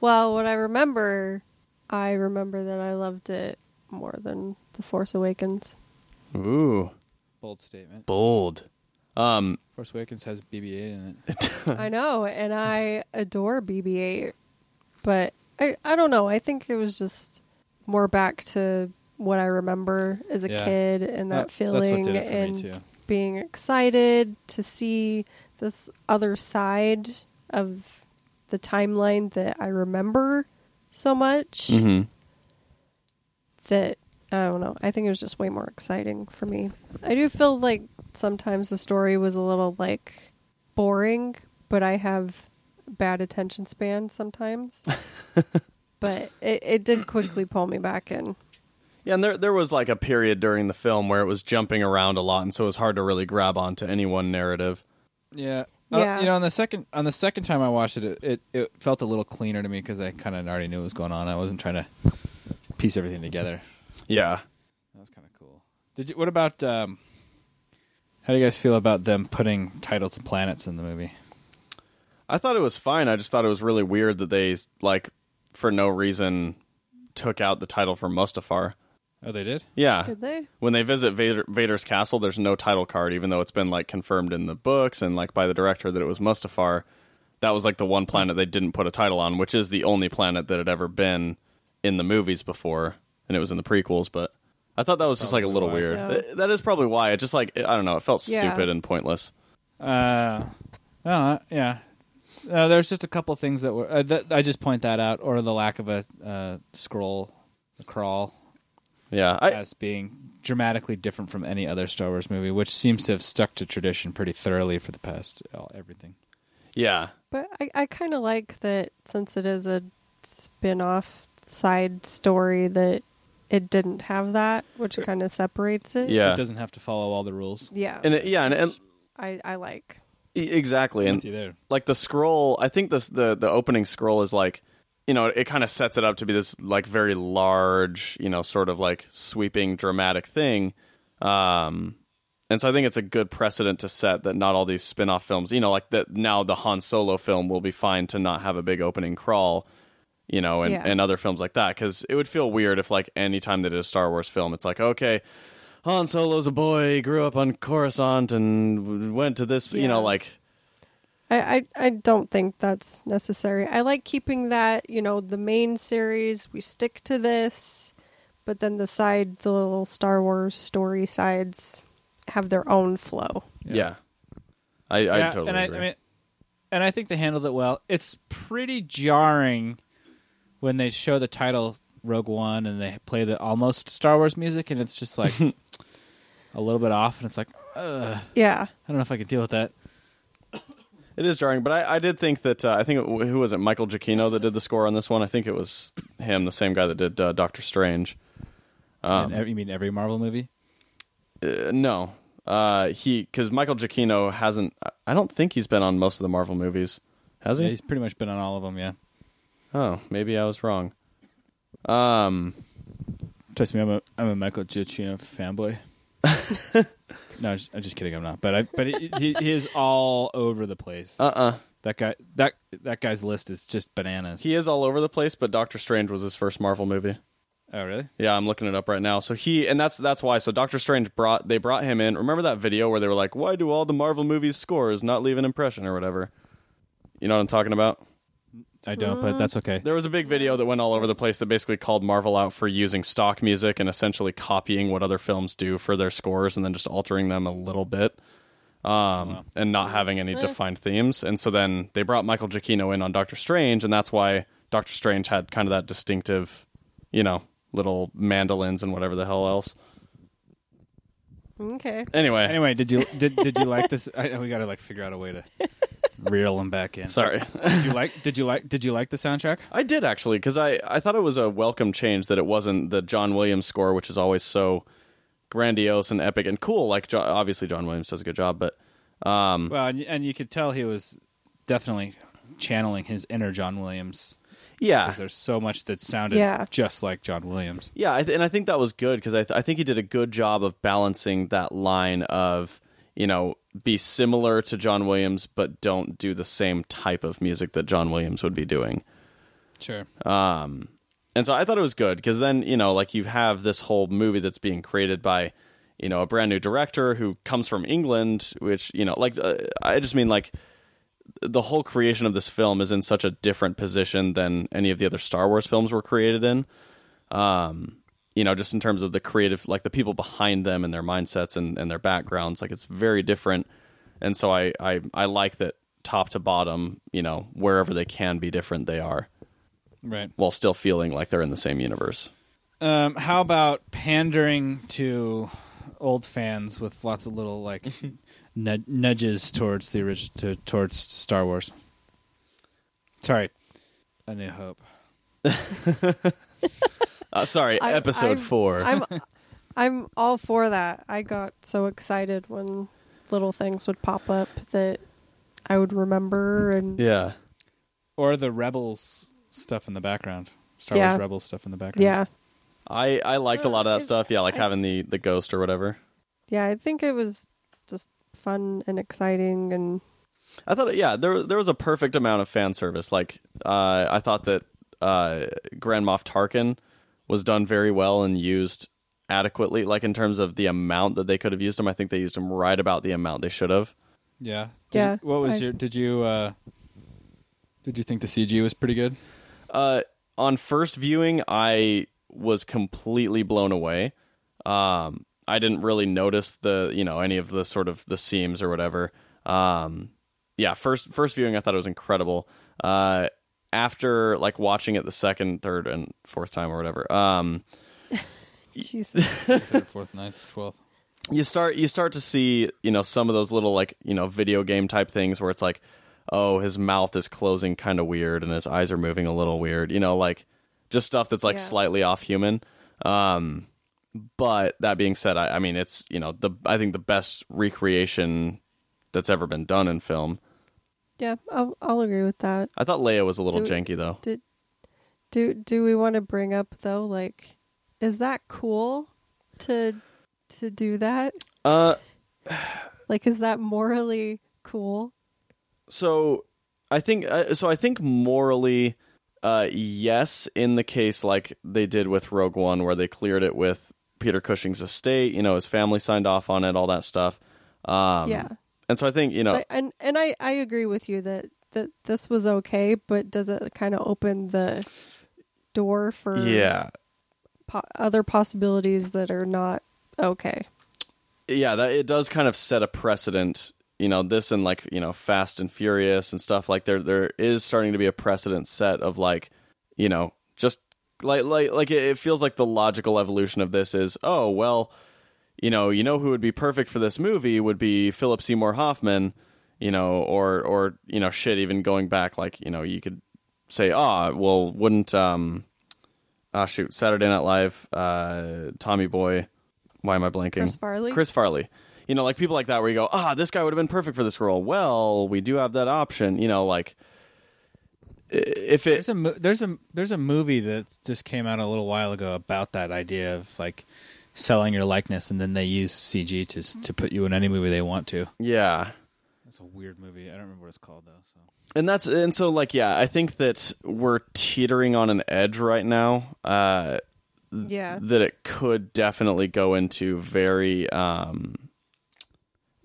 S2: Well, what I remember, I remember that I loved it more than The Force Awakens.
S1: Ooh,
S3: Bold statement.
S1: bold. Um,
S3: Force Awakens has BB-8 in it.
S2: I know, and I adore BB-8, but I I don't know. I think it was just more back to what I remember as a
S3: Yeah.
S2: kid and that,
S3: That- that's what
S2: feeling
S3: did it for me,
S2: and
S3: too.
S2: being excited to see this other side of the
S1: Mm-hmm.
S2: timeline that I remember so much.
S1: mhm.
S2: that I don't know. I think it was just way more exciting for me. I do feel like sometimes the story was a little like boring, but I have bad attention span sometimes. but it, it did quickly pull me back in.
S1: Yeah, and there there was like a period during the film where it was jumping around a lot, and so it was hard to really grab onto any one narrative.
S3: Yeah. Uh,
S2: Yeah.
S3: you know, on the second on the second time I watched it, it it, it felt a little cleaner to me because I kind of already knew what was going on. I wasn't trying to piece everything together.
S1: Yeah,
S3: That was kind of cool. Did you? What about? Um, how do you guys feel about them putting titles to planets in the movie?
S1: I thought it was fine. I just thought it was really weird that they like for no reason took out the title for Mustafar.
S3: Oh, they did.
S1: Yeah,
S2: Did they?
S1: when they visit Vader, Vader's castle, there's no title card, even though it's been like confirmed in the books and like by the director that it was Mustafar. That was like the one planet they didn't put a title on, which is the only planet that had ever been in the movies before, and it was in the prequels. But I thought that was just like a little weird.
S2: Yeah.
S1: Th- That is probably why. It just like I don't know. It felt
S2: Yeah.
S1: stupid and pointless.
S3: Uh, uh yeah. Uh, there's just a couple things that were. Uh, that, I just point that out, or the lack of a uh, scroll, a crawl,
S1: Yeah, I
S3: as being dramatically different from any other Star Wars movie, which seems to have stuck to tradition pretty thoroughly for the past all, everything.
S1: yeah
S2: But I, I kind of like that since it is a spin off side story that it didn't have that, which kind of separates it.
S1: Uh, yeah
S3: It doesn't have to follow all the rules.
S2: Yeah.
S1: and it, yeah and, and
S2: I, I like.
S1: e- exactly and
S3: With you there.
S1: like the scroll i think this the the opening scroll is like you know it kind of sets it up to be this like very large you know sort of like sweeping dramatic thing um and so i think it's a good precedent to set that not all these spin-off films you know like that now the han solo film will be fine to not have a big opening crawl you know and,
S2: Yeah.
S1: and other films like that because it would feel weird if like anytime they did a star wars film it's like okay han solo's a boy he grew up on coruscant and w- went to this you
S2: Yeah.
S1: know like
S2: I, I I don't think that's necessary. I like keeping that, you know, the main series, we stick to this, but then the side, the little Star Wars story sides have their own flow.
S1: Yeah. I, I
S3: Yeah,
S1: totally
S3: and
S1: agree.
S3: I, I mean, and I think they handled it well. It's pretty jarring when they show the title Rogue One and they play the almost Star Wars music, and it's just like a little bit off, and it's like ugh,
S2: Yeah.
S3: I don't know if I could deal with that.
S1: it is jarring, but I, I did think that uh, I think it, who was it? Michael Giacchino that did the score on this one. I think it was him, the same guy that did uh, Doctor Strange. Oh.
S3: And every, you mean every Marvel movie?
S1: Uh, no, uh, he because Michael Giacchino hasn't. I- I don't think he's been on most of the Marvel movies, has
S3: Yeah,
S1: he?
S3: he's pretty much been on all of them. Yeah,
S1: oh, maybe I was wrong. Um,
S3: trust me, I'm a I'm a Michael Giacchino fanboy. no, I'm just, I'm just kidding. I'm not, but I but he, he, he is all over the place.
S1: uh, uh
S3: that guy that that guy's list is just bananas.
S1: he is all over the place. But Doctor Strange was his first Marvel movie.
S3: oh really?
S1: Yeah, I'm looking it up right now. So he and that's that's why. So Doctor Strange brought they brought him in. Remember that video where they were like, "Why do all the Marvel movies scores not leave an impression or whatever?" You know what I'm talking about?
S3: I don't, but that's okay.
S1: There was a big video that went all over the place that basically called Marvel out for using stock music and essentially copying what other films do for their scores and then just altering them a little bit. Um, and not having any defined themes. And so then they brought Michael Giacchino in on Doctor Strange, and that's why Doctor Strange had kind of that distinctive, you know, little mandolins and whatever the hell else.
S2: Okay.
S1: Anyway,
S3: Anyway, did you did did you like this? I, we got to like figure out a way to reel them back in.
S1: sorry.
S3: Did you like? Did you like? Did you like the soundtrack?
S1: I did actually because I I thought it was a welcome change that it wasn't the John Williams score, which is always so grandiose and epic and cool. Like jo- obviously John Williams does a good job, but um,
S3: Well, and, and you could tell he was definitely channeling his inner John Williams
S1: yeah,
S3: because there's so much that sounded
S2: Yeah.
S3: just like John Williams.
S1: Yeah, I th- and I think that was good because I, th- I think he did a good job of balancing that line of you know be similar to John Williams but don't do the same type of music that John Williams would be doing.
S3: Sure.
S1: And so I thought it was good because then, you know, like you have this whole movie that's being created by, you know, a brand new director who comes from England, which, you know, like, uh, I just mean, like, the whole creation of this film is in such a different position than any of the other Star Wars films were created in. Um, you know, just in terms of the creative, like the people behind them and their mindsets and, and their backgrounds, like it's very different. And so I, I, I like that top to bottom, you know, wherever they can be different, they are
S3: right.
S1: while still feeling like they're in the same universe.
S3: Um, how about pandering to old fans with lots of little like nud- nudges towards the orig- to, towards Star Wars? Sorry, A New Hope.
S1: Uh, sorry,
S2: I-
S1: episode
S2: I'm-
S1: 4
S2: I'm I'm all for that. I got so excited when little things would pop up that I would remember and yeah.
S1: yeah.
S3: or the Rebels stuff in the background. Star
S2: Yeah.
S3: Wars Rebels stuff in the background.
S1: I, I liked a lot of that stuff. Yeah, like having the, the ghost or whatever.
S2: Yeah, I think it was just fun and exciting and
S1: I thought, yeah, there there was a perfect amount of fan service. Like, uh, I thought that uh, Grand Moff Tarkin was done very well and used adequately. Like in terms of the amount that they could have used him, I think they used him right about the amount they should have.
S3: Yeah. Did
S2: Yeah,
S3: You, what was
S2: I-
S3: your? Did you? uh Did you think the CG was pretty good?
S1: Uh, on first viewing, I was completely blown away. Um, I didn't really notice the you know any of the sort of the seams or whatever. Um, yeah, first first viewing, I thought it was incredible. Uh, after like watching it the second, third, and fourth time or whatever, um,
S2: Jesus.
S3: Third, fourth, ninth, twelfth.
S1: you start you start to see you know some of those little like you know video game type things where it's like oh his mouth is closing kind of weird and his eyes are moving a little weird you know like just stuff that's like
S2: Yeah.
S1: slightly off human um but that being said I, I mean it's you know the i think the best recreation that's ever been done in film
S2: yeah, I'll, I'll agree with that.
S1: i thought leia was a little
S2: Do-
S1: janky though
S2: Did do do we want to bring up though like is that cool to to do that?
S1: uh
S2: Like is that morally cool?
S1: so I think uh, so. I think morally, uh, yes, in the case like they did with Rogue One, where they cleared it with Peter Cushing's estate. You know, his family signed off on it, all that stuff. Um,
S2: Yeah.
S1: and so I think you know,
S2: Like, and and I I agree with you that that this was okay, but does it kind of open the door for
S1: yeah,
S2: po- other possibilities that are not okay?
S1: yeah, that it does kind of set a precedent. You know, this and like you know, Fast and Furious and stuff like there. There is starting to be a precedent set of like, you know, just like like like it, it feels like the logical evolution of this is oh well, you know, you know who would be perfect for this movie would be Philip Seymour Hoffman, you know, or or you know, shit. Even going back, like you know, you could say ah, well, wouldn't um, ah, shoot, Saturday Night Live, uh, Tommy Boy. Why am I blanking?
S2: Chris Farley?
S1: Chris Farley. You know, like people like that, where you go, ah, this guy would have been perfect for this role. Well, we do have that option. You know, like i- if it
S3: There's a mo- there's a there's a movie that just came out a little while ago about that idea of like selling your likeness and then they use CG to s- to put you in any movie they want to.
S1: yeah,
S3: That's a weird movie. I don't remember what it's called though. So.
S1: and that's and so like yeah, I think that we're teetering on an edge right now. Uh,
S2: Yeah,
S1: that it could definitely go into very um,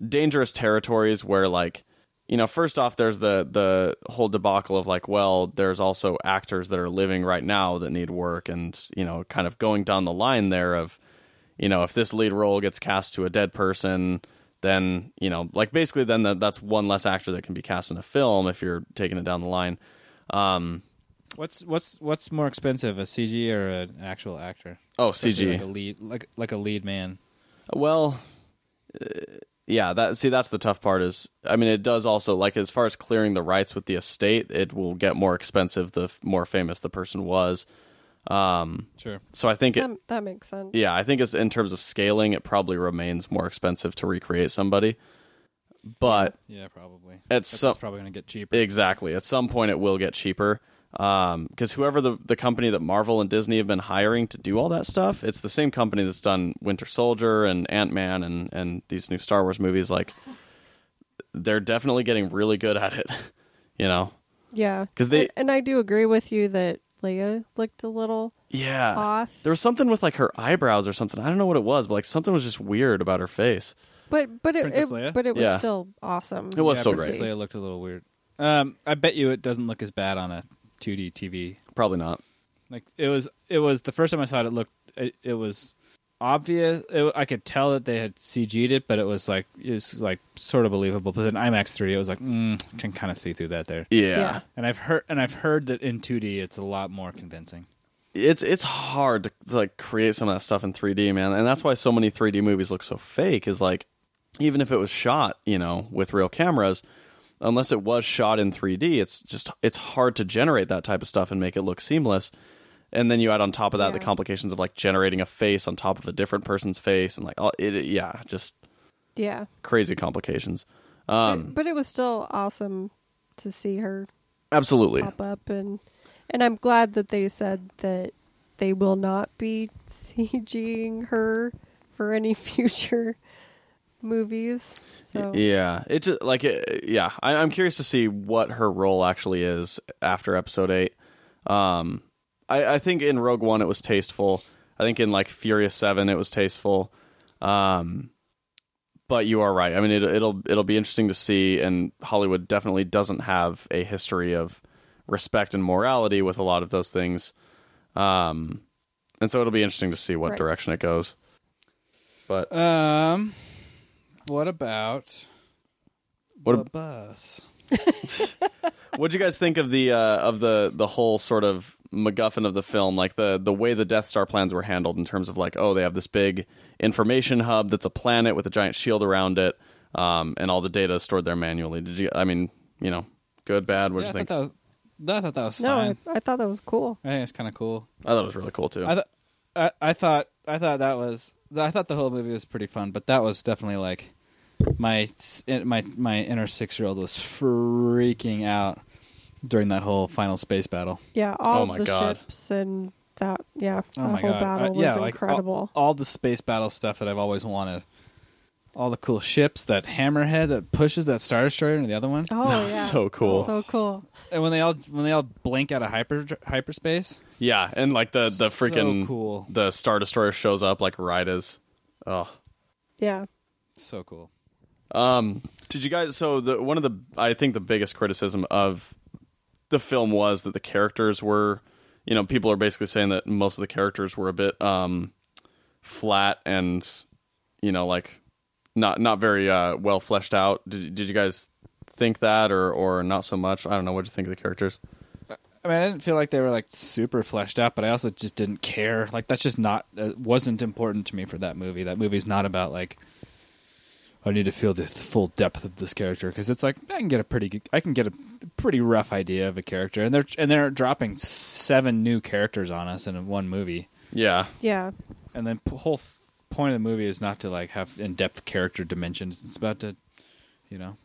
S1: dangerous territories where like you know first off there's the the whole debacle of like well there's also actors that are living right now that need work and you know kind of going down the line there of you know if this lead role gets cast to a dead person then you know like basically then that that's one less actor that can be cast in a film if you're taking it down the line um
S3: What's what's what's more expensive, a CG or an actual actor?
S1: oh
S3: Especially
S1: cg
S3: like a lead like like a lead man.
S1: Well, uh, yeah. That see, that's the tough part. Is I mean, it does also like as far as clearing the rights with the estate, it will get more expensive the f- more famous the person was. Um,
S3: Sure.
S1: so I think it,
S2: that, that makes sense.
S1: yeah, I think it's in terms of scaling, it probably remains more expensive to recreate somebody. But
S3: Yeah, probably.
S1: at some
S3: It's probably going to get cheaper.
S1: Exactly. At some point, it will get cheaper. Because whoever the, the company that Marvel and Disney have been hiring to do all that stuff, it's the same company that's done Winter Soldier and Ant Man and, and these new Star Wars movies. Like, they're definitely getting really good at it, you know?
S2: Yeah,
S1: 'Cause they-
S2: and, and I do agree with you that Leia looked a little
S1: Yeah.
S2: off,
S1: There was something with like her eyebrows or something. I don't know what it was, but like something was just weird about her face.
S2: but but it,
S3: Princess
S2: it
S3: Leia?
S2: but it was
S1: Yeah.
S2: still awesome.
S1: It was
S3: yeah,
S1: still
S3: Princess
S1: great.
S3: Leia looked a little weird. Um, I bet you it doesn't look as bad on a 2D TV.
S1: Probably not.
S3: Like it was, it was the first time I saw it. It looked, it, it was obvious. It, I could tell that they had CG'd it, but it was like it was like sort of believable. But in IMAX 3, it was like mm, can kind of see through that there.
S1: Yeah.
S2: Yeah.
S3: And I've heard, and I've heard that in 2D, it's a lot more convincing.
S1: it's it's hard to, to, like create some of that stuff in 3D, man, and that's why so many 3D movies look so fake. Is like even if it was shot, you know, with real cameras, unless it was shot in 3D, it's just it's hard to generate that type of stuff and make it look seamless. And then you add on top of that the
S2: Yeah.
S1: complications of like generating a face on top of a different person's face and like all- it, it yeah, just
S2: Yeah.
S1: crazy complications. Um,
S2: but, but it was still awesome to see her
S1: Absolutely.
S2: pop up and and I'm glad that they said that they will not be CGing her for any future movies. So
S1: Yeah, it just like it, yeah. I, I'm curious to see what her role actually is after episode eight. Um, I, I think in Rogue One it was tasteful. I think in like Furious Seven it was tasteful. Um, but you are right. I mean, it, it'll it'll be interesting to see. And Hollywood definitely doesn't have a history of respect and morality with a lot of those things. Um, and so it'll be interesting to see what
S2: Right.
S1: direction it goes. But
S3: Um, what about
S1: What
S3: the
S1: ab-
S3: bus?
S1: What'd you guys think of the uh, of the the whole sort of MacGuffin of the film, like the the way the Death Star plans were handled in terms of like, oh, they have this big information hub that's a planet with a giant shield around it, um, and all the data is stored there manually. Did you? I mean, you know, good, bad. What'd
S3: Yeah, I
S1: you think?
S3: thought that was. I thought that was
S2: no,
S3: fine.
S2: I, I thought that was cool.
S3: I think it's kind of cool.
S1: I thought it was really cool too.
S3: I thought, I, I thought, I thought that was. I thought the whole movie was pretty fun, but that was definitely like my s- in- my my inner six year old was freaking out during that whole final space battle.
S2: Yeah, all
S1: Oh my
S2: the
S1: God.
S2: ships and that yeah,
S3: Oh
S2: the
S3: my
S2: whole
S3: god!
S2: battle
S3: Uh,
S2: was
S3: yeah, like, all-
S2: incredible.
S3: all, the space battle stuff that I've always wanted. All the cool ships, that hammerhead that pushes that star destroyer and the other one,
S2: oh,
S1: that
S2: yeah.
S1: was so cool.
S2: So cool.
S3: and when they all when they all blink out of hyper hyperspace.
S1: yeah, and like the the
S3: So
S1: freaking
S3: cool.
S1: the Star Destroyer shows up like right as. Oh,
S2: Yeah.
S3: So cool.
S1: Um, did you guys? So the one of the I think the biggest criticism of the film was that the characters were, you know, people are basically saying that most of the characters were a bit um, flat and, you know, like not not very uh, well fleshed out. Did did you guys think that or or not so much? I don't know. What did you think of the characters?
S3: I mean, I didn't feel like they were like super fleshed out, but I also just didn't care. Like that's just not uh, wasn't important to me for that movie. That movie's not about like I need to feel the full depth of this character because it's like I can get a pretty good, I can get a pretty rough idea of a character, and they're and they're dropping seven new characters on us in one movie,
S1: Yeah,
S2: Yeah.
S3: and then the whole f- point of the movie is not to like have in depth character dimensions. It's about to, you know.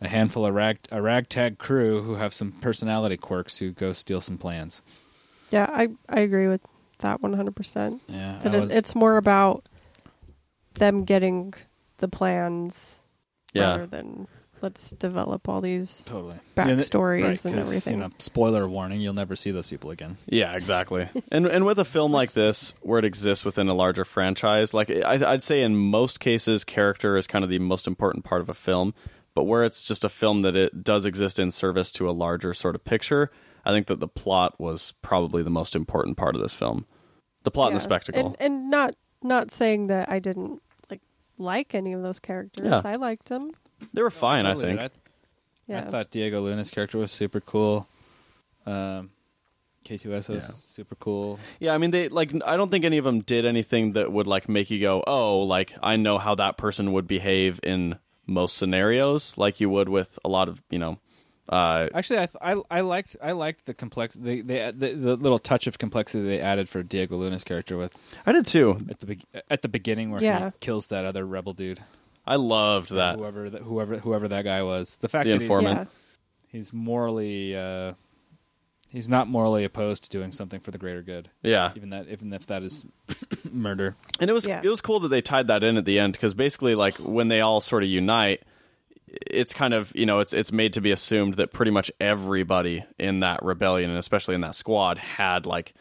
S3: A handful of rag a ragtag crew who have some personality quirks who go steal some plans.
S2: Yeah, I I agree with that 100%.
S3: Yeah,
S2: That
S3: I
S2: it,
S3: was-
S2: it's more about them getting the plans
S1: yeah.
S2: rather than let's develop all these.
S3: totally
S2: backstories
S3: Right,
S2: and
S3: 'cause,
S2: everything.
S3: You know, spoiler warning: you'll never see those people again.
S1: Yeah, exactly. and and with a film like this, where it exists within a larger franchise, like I, I'd say in most cases, character is kind of the most important part of a film. But where it's just a film that it does exist in service to a larger sort of picture, I think that the plot was probably the most important part of this film. The plot and the
S2: Yeah.
S1: spectacle.
S2: And, and not not saying that I didn't like like any of those characters.
S1: Yeah.
S2: I liked them.
S1: they were fine, I
S3: Totally,
S1: think.
S3: dude. I,
S2: Yeah.
S3: I thought Diego Luna's character was super cool. Um, K2SO
S1: Yeah.
S3: was super cool.
S1: Yeah, I mean, they like. I don't think any of them did anything that would like make you go, "Oh, like I know how that person would behave in most scenarios," like you would with a lot of you know, uh,
S3: Actually, I, th- I I liked I liked the complex the, the the the little touch of complexity they added for Diego Luna's character with
S1: I did too.
S3: at the be- at the beginning where
S2: Yeah.
S3: he kills that other rebel dude,
S1: I loved that.
S3: whoever that whoever whoever that guy was. The fact
S1: The
S3: that he's,
S1: informant. Foreman.
S3: he's morally uh, he's not morally opposed to doing something for the greater good.
S1: Yeah,
S3: even that even if that is murder.
S1: and it was
S2: Yeah.
S1: it was cool that they tied that in at the end because basically, like when they all sort of unite, it's kind of you know it's it's made to be assumed that pretty much everybody in that rebellion and especially in that squad had like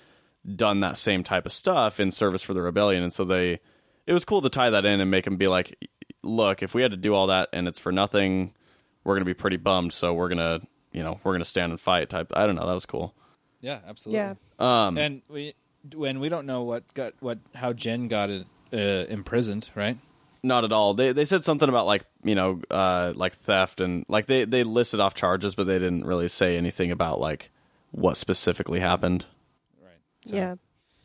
S1: done that same type of stuff in service for the rebellion, and so they it was cool to tie that in and make them be like, look, if we had to do all that and it's for nothing, we're gonna be pretty bummed. So we're gonna you know we're gonna stand and fight type. I don't know. That was cool.
S3: Yeah, absolutely.
S2: Yeah.
S1: Um,
S3: And we when we don't know what got what how Jen got it uh, imprisoned, right?
S1: Not at all. They they said something about like you know uh, like theft and like they they listed off charges, but they didn't really say anything about like what specifically happened.
S3: Right. So
S2: yeah.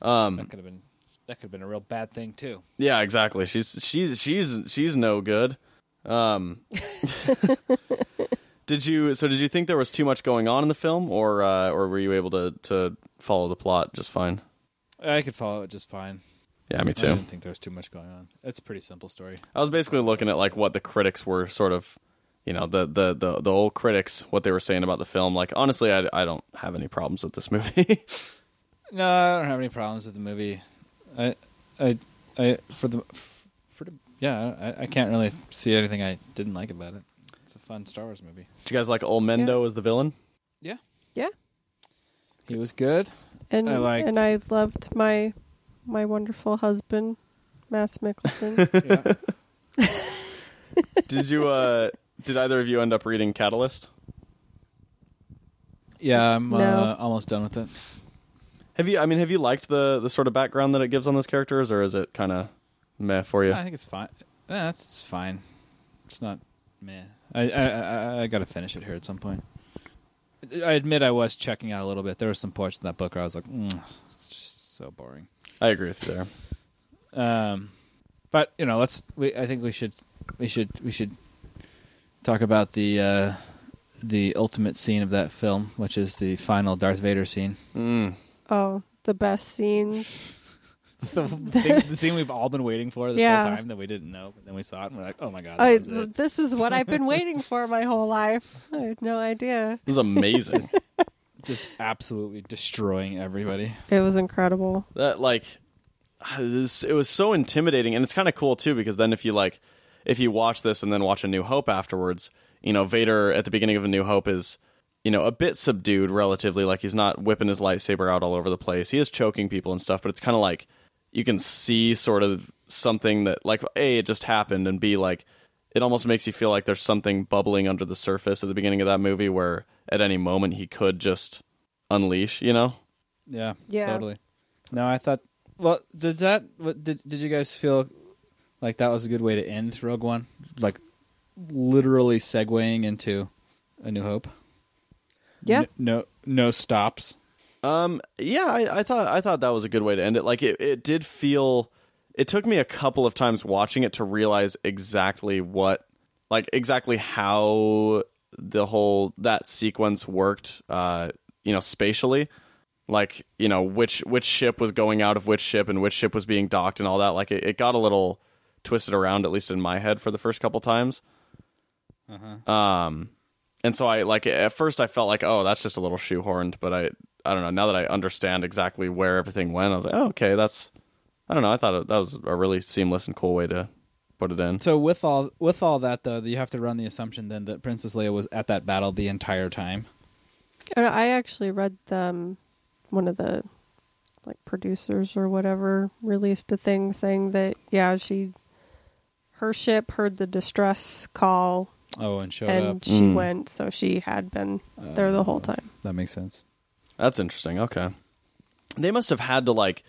S3: that could have been that could have been a real bad thing too.
S1: Yeah, exactly. She's she's she's she's no good. Um, did you so did you think there was too much going on in the film, or uh, or were you able to to follow the plot just fine?
S3: I could follow it just fine.
S1: Yeah, me
S3: I
S1: too.
S3: didn't think there was too much going on. It's a pretty simple story.
S1: I was basically looking at like what the critics were sort of, you know, the the the, the old critics what they were saying about the film. Like honestly, I I don't have any problems with this movie.
S3: No, I don't have any problems with the movie. I, I, I for the, for the yeah, I, I can't really see anything I didn't like about it. It's a fun Star Wars movie.
S1: did you guys like Olmendo as the villain?
S3: Yeah,
S2: Yeah.
S3: he was good.
S2: And
S3: I liked-
S2: and I loved my my wonderful husband, Mass Mickelson.
S3: Yeah.
S1: Did you uh did either of you end up reading Catalyst?
S3: yeah, I'm uh,
S2: No.
S3: almost done with it.
S1: Have you? I mean, have you liked the the sort of background that it gives on those characters, or is it kind of meh for you?
S3: I think it's fine. Yeah, that's it's fine. It's not meh. I I, I I gotta finish it here at some point. I admit I was checking out a little bit. There were some parts in that book where I was like, mm, it's just so boring.
S1: I agree with you there.
S3: Um, but you know, let's. We, I think we should, we should, we should talk about the uh, the ultimate scene of that film, which is the final Darth Vader scene.
S2: oh, the best scene.
S3: the, thing, the scene we've all been waiting for this
S2: Yeah.
S3: whole time that we didn't know, but then we saw it and we're like, oh my god, that
S2: I,
S3: was it.
S2: this is what I've been waiting for my whole life. I had no idea.
S1: This is amazing.
S3: just absolutely destroying everybody.
S2: It was incredible.
S1: that like, this- it was so intimidating, and it's kind of cool too because then if you like, if you watch this and then watch A New Hope afterwards, you know, Vader at the beginning of A New Hope is. You know, a bit subdued relatively. Like he's not whipping his lightsaber out all over the place. He is choking people and stuff, but it's kind of like you can see sort of something that like a it just happened and b like it almost makes you feel like there's something bubbling under the surface at the beginning of that movie where at any moment he could just unleash you know
S3: Yeah,
S2: Yeah.
S3: totally. No, I thought. Well, did that? What, did did you guys feel like that was a good way to end Rogue One? Like literally segueing into A New Hope.
S2: Yeah.
S3: N- No, no stops.
S1: Um. Yeah, I, I thought I thought that was a good way to end it. Like it, it did feel. It took me a couple of times watching it to realize exactly what, like exactly how the whole that sequence worked. Uh, you know, spatially, like you know which which ship was going out of which ship and which ship was being docked and all that. Like it, it got a little twisted around, at least in my head, for the first couple times. Um, and so I like at first I felt like oh that's just a little shoehorned, but I I don't know now that I understand exactly where everything went, I was like oh, okay that's I don't know I thought it, that was a really seamless and cool way to put it in.
S3: So with all with all that though, you have to run the assumption then that Princess Leia was at that battle the entire time.
S2: And I actually read them. One of the like producers or whatever released a thing saying that yeah she her ship heard the distress call
S3: Oh, and showed
S2: and
S3: up.
S2: she went so she had been there the whole time.
S3: That makes sense.
S1: That's interesting. Okay, they must have had to like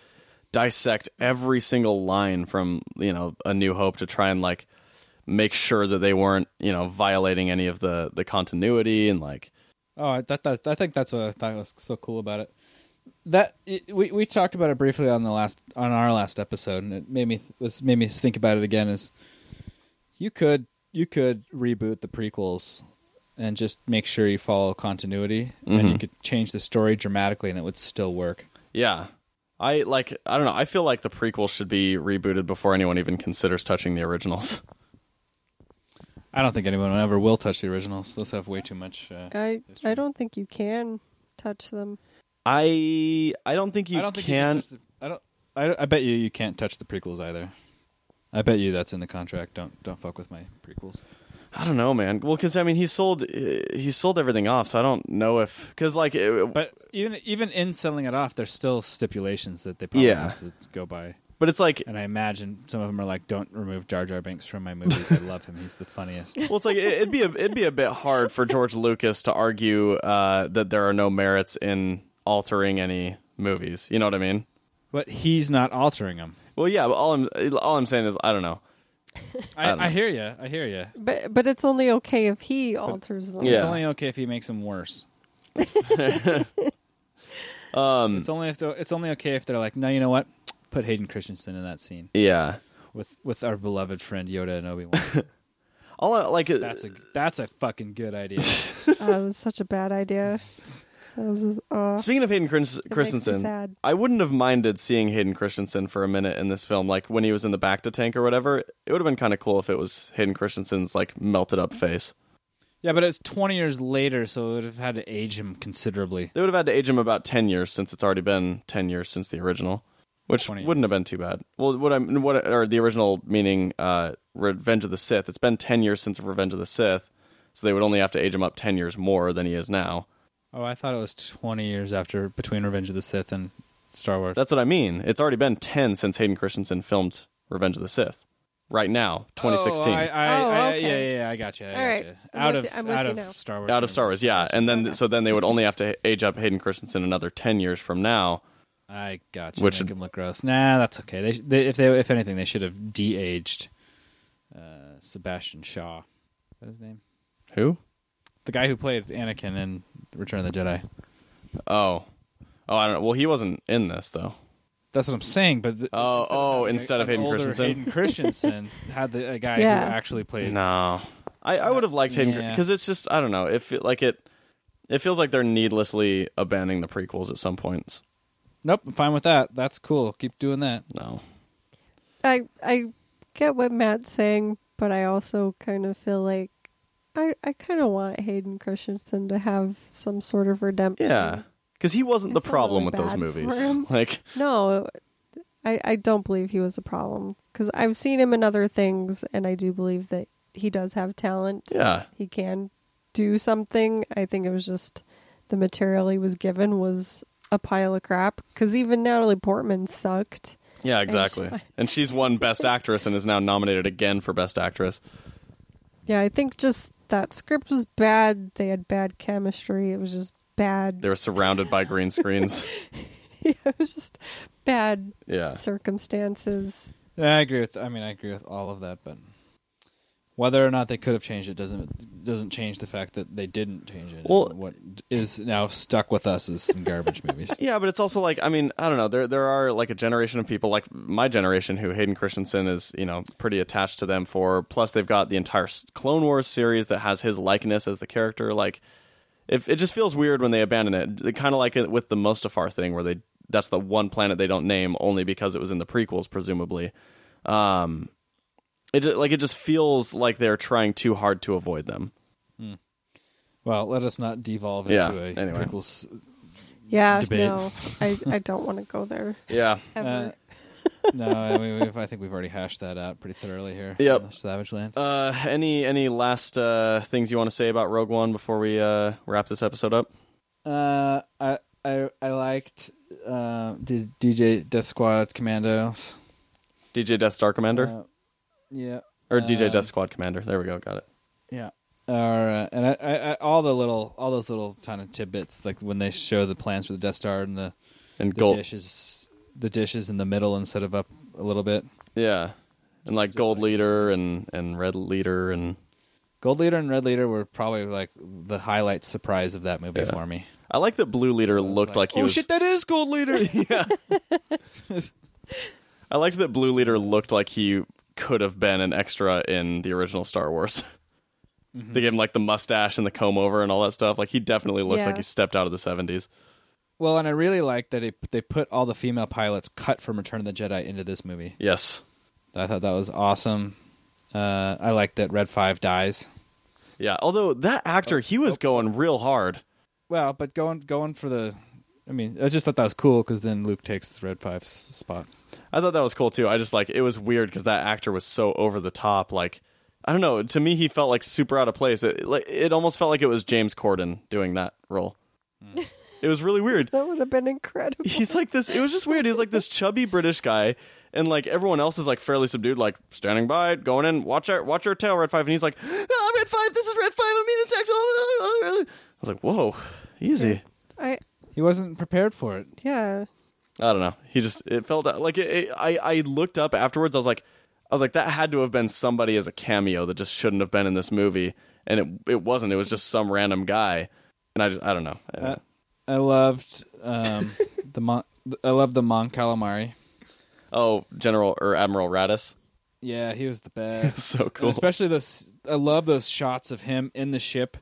S1: dissect every single line from you know A New Hope to try and like make sure that they weren't you know violating any of the the continuity and like
S3: Oh, I- that, that I think that's what I thought was so cool about it. That it- we we talked about it briefly on the last on our last episode, and it made me th- was made me think about it again. Is you could you could reboot the prequels and just make sure you follow continuity, and you could change the story dramatically, and it would still work.
S1: Yeah. I like I don't know. I feel like the prequel should be rebooted before anyone even considers touching the originals.
S3: I don't think anyone ever will touch the originals. Those have way too much. Uh,
S2: I I don't think you can touch them.
S1: I I don't think you
S3: I don't think
S1: can
S3: You can touch the, I don't. I, don't- I bet you you can't touch the prequels either. I bet you that's in the contract. Don't don't fuck with my prequels.
S1: I don't know, man. Well, cuz I mean, he sold uh, he sold everything off, so I don't know if cuz like it, but,
S3: But even even in selling it off, there's still stipulations that they probably
S1: Yeah.
S3: have to go by.
S1: but it's like
S3: And I imagine some of them are like, "Don't remove Jar Jar Binks from my movies. I love him. He's the funniest."
S1: well, it's like it, it'd be a, it'd be a bit hard for George Lucas to argue uh, that there are no merits in altering any movies. You know what I mean?
S3: But he's not altering them.
S1: Well, yeah. But all I'm all I'm saying is I don't know.
S3: I,
S1: don't
S3: I, hear you. I hear you.
S2: But but it's only okay if he alters them.
S1: Yeah.
S3: It's only okay if he makes them worse.
S1: Um,
S3: It's only if they're- it's only okay if they're like, no, you know what? Put Hayden Christensen in that scene
S1: yeah.
S3: with with our beloved friend Yoda and Obi Wan.
S1: All I- like uh, it-
S3: That's a that's a fucking good idea.
S2: Oh, that was such a bad idea. That was, uh,
S1: Speaking of Hayden Chris-
S2: me sad.
S1: Christensen, I wouldn't have minded seeing Hayden Christensen for a minute in this film, like when he was in the back to tank or whatever. It would have been kind of cool if it was Hayden Christensen's like melted up face.
S3: yeah, but it's twenty years later, so it would have had to age him considerably.
S1: They would have had to age him about ten years since it's already been ten years since the original, which
S3: 20
S1: wouldn't have been too bad. Well, what I'm what or the original meaning, uh, Revenge of the Sith. It's been ten years since Revenge of the Sith, so they would only have to age him up ten years more than he is now.
S3: Oh, I thought it was twenty years after between Revenge of the Sith and Star Wars.
S1: That's what I mean. It's already been 10 since Hayden Christensen filmed Revenge of the Sith. Right now, 2016.
S3: Oh, I, I,
S2: Oh,
S3: I,
S2: okay.
S3: yeah, yeah, yeah, I got you. I
S2: All right.
S3: gotcha.
S2: I'm
S3: Out
S2: with
S3: of
S2: you- I'm with
S3: out
S2: you
S3: of
S2: now.
S3: Star Wars.
S1: out of Star Wars, yeah. And then so then they would only have to age up Hayden Christensen another 10 years from now.
S3: I got you.
S1: Which-
S3: Which make him look gross. Nah, that's okay. They, they if they if anything they should have de-aged uh, Sebastian Shaw. Is that his name?
S1: Who?
S3: The guy who played Anakin in Return of the Jedi.
S1: Oh. Oh, I don't know. Well, he wasn't in this though.
S3: That's what I'm saying. But the,
S1: Oh,
S3: of
S1: oh,
S3: having a-
S1: instead of
S3: an
S1: Hayden
S3: older
S1: Christensen?
S3: Hayden Christensen had the, a guy
S2: Yeah.
S3: who actually played.
S1: No. I, I would have liked Hayden
S3: Yeah.
S1: because it's just I don't know. It feel like it it feels like they're needlessly abandoning the prequels at some points.
S3: Nope, I'm fine with that. That's cool. Keep doing that.
S1: No.
S2: I I get what Matt's saying, but I also kind of feel like I I kind of want Hayden Christensen to have some sort of redemption.
S1: Yeah. Cuz he wasn't
S2: I
S1: the
S2: feel
S1: problem
S2: really
S1: with those
S2: bad for
S1: movies.
S2: him.
S1: Like
S2: No, I I don't believe he was a problem because I've seen him in other things, and I do believe that he does have talent.
S1: yeah.
S2: he can do something. I think it was just the material he was given was a pile of crap. Because even Natalie Portman sucked.
S1: Yeah,
S2: she-
S1: exactly. And she's won Best Actress and is now nominated again for Best Actress.
S2: Yeah, I think just that script was bad. They had bad chemistry. It was just bad.
S1: They were surrounded by green screens.
S2: it was just bad
S1: Yeah.
S2: circumstances.
S3: Yeah, I agree with. I mean, I agree with all of that, but whether or not they could have changed it doesn't doesn't change the fact that they didn't change it.
S1: Well-
S3: and what is now stuck with us is some garbage movies.
S1: Yeah, but it's also like I mean, I don't know. There there are like a generation of people like my generation who Hayden Christensen is, you know, pretty attached to them for plus they've got the entire s- Clone Wars series that has his likeness as the character like if it just feels weird when they abandon it. Kind of like it with the Mustafar thing where they that's the one planet they don't name only because it was in the prequels presumably. Um it ju- like it just feels like they're trying too hard to avoid them.
S3: Well, let us not devolve into
S1: Yeah,
S3: a
S1: anyway.
S3: prequel s-
S2: Yeah,
S3: Debate.
S2: no, I I don't want to go there
S1: Yeah.
S2: ever.
S3: Uh, no, I mean, we've, I think we've already hashed that out pretty thoroughly here.
S1: Yep.
S3: on Savage Land.
S1: Uh, any any last uh, things you want to say about Rogue One before we uh, wrap this episode up?
S3: Uh, I I I liked uh, D- DJ Death Squad Commandos.
S1: DJ Death Star Commander
S3: Uh, yeah.
S1: or DJ
S3: um,
S1: Death Squad Commander? There we go, got it.
S3: Yeah. Or, uh, and I, I, I, all the little, all those little kind of tidbits, like when they show the plans for the Death Star and the,
S1: And
S3: the
S1: gold,
S3: dishes, the dishes in the middle instead of up a little bit.
S1: yeah, and like gold leader and and red leader and
S3: Gold Leader and Red Leader were probably like the highlight surprise of that movie
S1: Yeah.
S3: for me.
S1: I like that blue leader
S3: It's
S1: looked like, he
S3: oh
S1: was.
S3: shit, that is Gold Leader.
S1: yeah, I liked that blue leader looked like he could have been an extra in the original Star Wars.
S3: Mm-hmm.
S1: They gave him like the mustache and the comb over and all that stuff. Like he definitely looked
S2: Yeah.
S1: like he stepped out of the seventies.
S3: well, and I really like that they they put all the female pilots cut from Return of the Jedi into this movie.
S1: Yes.
S3: I thought that was awesome. Uh, I like that Red Five dies.
S1: Yeah, although that
S3: Oh,
S1: actor, he was going real hard.
S3: Well, but going going for the, I mean, I just thought that was cool because then Luke takes Red Five's spot.
S1: I thought that was cool too. I just like it was weird because that actor was so over the top. Like I don't know. To me, he felt like super out of place. It like it almost felt like it was James Corden doing that role. it was really weird.
S2: that would have been incredible.
S1: He's like this. It was just weird. He was like this chubby British guy, and like everyone else is like fairly subdued, like standing by, going in, watch out, watch your tail, Red Five, and he's like, ah, Red Five, this is Red Five. I'm being sexual. I was like, whoa, easy.
S2: I
S3: He wasn't prepared for it.
S2: yeah.
S1: I don't know. He just it felt like it, it- I I looked up afterwards. I was like, I was like that had to have been somebody as a cameo that just shouldn't have been in this movie,
S3: Uh,
S1: and it it wasn't. It was just some random guy, and I just I don't know. I don't know.
S3: I loved Um, the mon- I love the Mon Calamari.
S1: Oh, General or Admiral Radis.
S3: Yeah, he was the best.
S1: So
S3: And
S1: cool.
S3: especially those, I love those shots of him in the ship,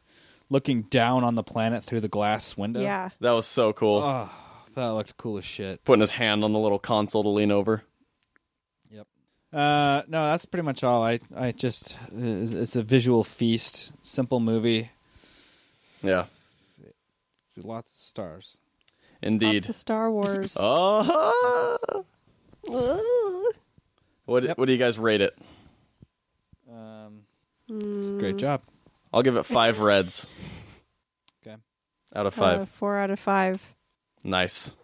S3: looking down on the planet through the glass window.
S2: Yeah.
S1: That was so cool.
S3: Oh, that looked cool as shit.
S1: Putting his hand on the little console to lean over.
S3: Yep. Uh, no, that's pretty much all. I, I just, it's it's a visual feast. Simple movie.
S1: Yeah,
S3: Lots of stars.
S1: indeed.
S2: Lots of Star Wars.
S1: Oh,
S2: Ugh.
S1: what
S3: Yep.
S1: what do you guys rate it?
S3: Um,
S2: Mm, uh,
S3: Great job.
S1: I'll give it five reds
S3: Okay.
S1: out of
S2: Uh,
S1: five.
S2: four out of five.
S1: nice.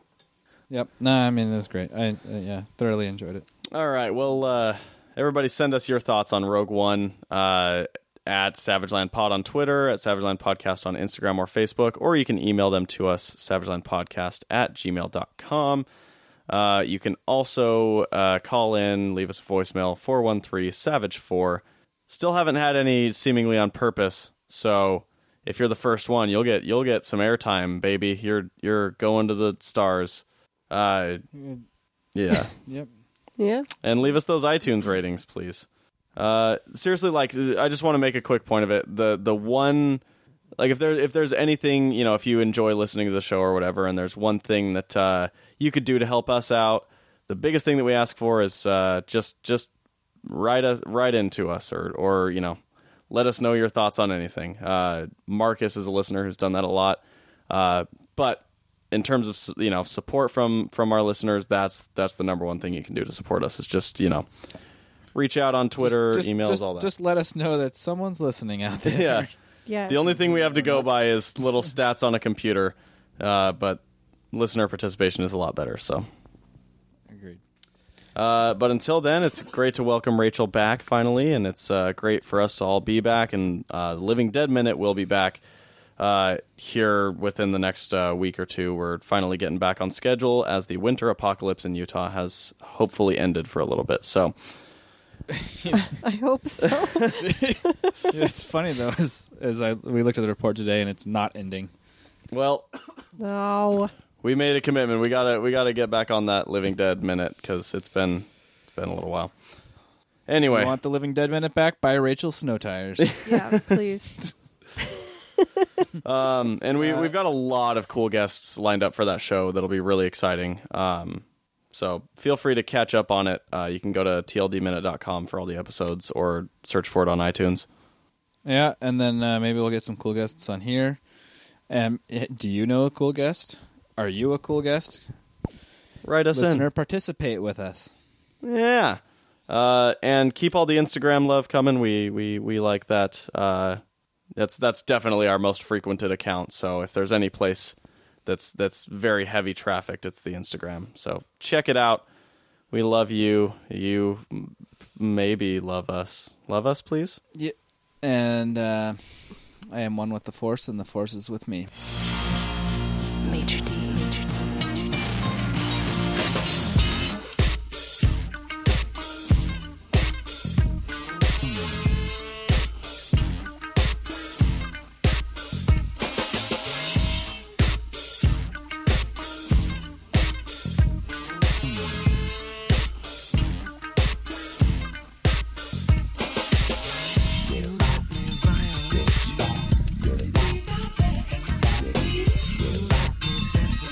S3: Yep. No, I mean it was great. I uh, yeah, thoroughly enjoyed it.
S1: All right. Well, uh, everybody, send us your thoughts on Rogue One uh, at Savageland Pod on Twitter, at Savageland Podcast on Instagram or Facebook, or you can email them to us, savagelandpodcast at gmail.com. Uh, you can also uh, call in, leave us a voicemail, 413 Savage 4. Still haven't had any seemingly on purpose, so. If you're the first one, you'll get you'll get some airtime, baby. You're you're going to the stars. Uh, yeah.
S3: Yep.
S2: Yeah.
S1: and leave us those iTunes ratings, please. Uh, seriously, like I just want to make a quick point of it. The the one like if there if there's anything you know if you enjoy listening to the show or whatever, and there's one thing that uh, you could do to help us out, the biggest thing that we ask for is uh, just just write us write into us or or you know let us know your thoughts on anything. Uh, Marcus is a listener who's done that a lot, uh, but in terms of su- you know support from from our listeners, that's that's the number one thing you can do to support us is just you know reach out on Twitter,
S3: Just-
S1: emails,
S3: just-
S1: all that.
S3: Just let us know that someone's listening out there.
S1: yeah.
S2: Yeah.
S1: The only thing we have to go by is little stats on a computer, uh, but listener participation is a lot better. So,
S3: Agreed.
S1: uh, but until then, it's great to welcome Rachel back finally, and it's uh, great for us to all be back. And uh, the Living Dead Minute will be back uh, here within the next uh, week or two. We're finally getting back on schedule as the winter apocalypse in Utah has hopefully ended for a little bit. So,
S2: I hope so.
S3: it's funny though, as as I we looked at the report today and it's not ending.
S1: well.
S2: no.
S1: we made a commitment. We gotta we gotta get back on that Living Dead minute because it's been it's been a little while. Anyway,
S3: You want the Living Dead minute back by Rachel Snow Tires.
S2: Yeah, please.
S1: um, and we we've got a lot of cool guests lined up for that show that'll be really exciting. Um, so feel free to catch up on it. Uh, you can go to tldminute.com for all the episodes or search for it on iTunes.
S3: yeah, and then uh, maybe we'll get some cool guests on here. Um, eh, do you know a cool guest? Are you a cool guest?
S1: Write us
S3: Listener, participate with us.
S1: in. Yeah. Uh, and keep all the Instagram love coming. We we we like that. Uh, that's that's definitely our most frequented account. So if there's any place that's that's very heavy trafficked, it's the Instagram. So check it out. We love you. You m- maybe love us. Love us, please.
S3: Yeah. And uh, I am one with the Force, and the Force is with me.
S6: Major D. Major D. Major D. That's it.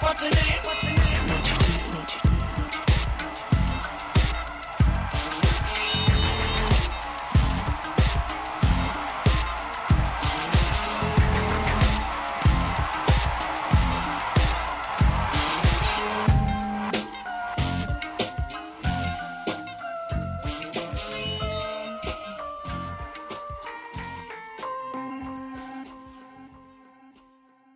S7: tonight? What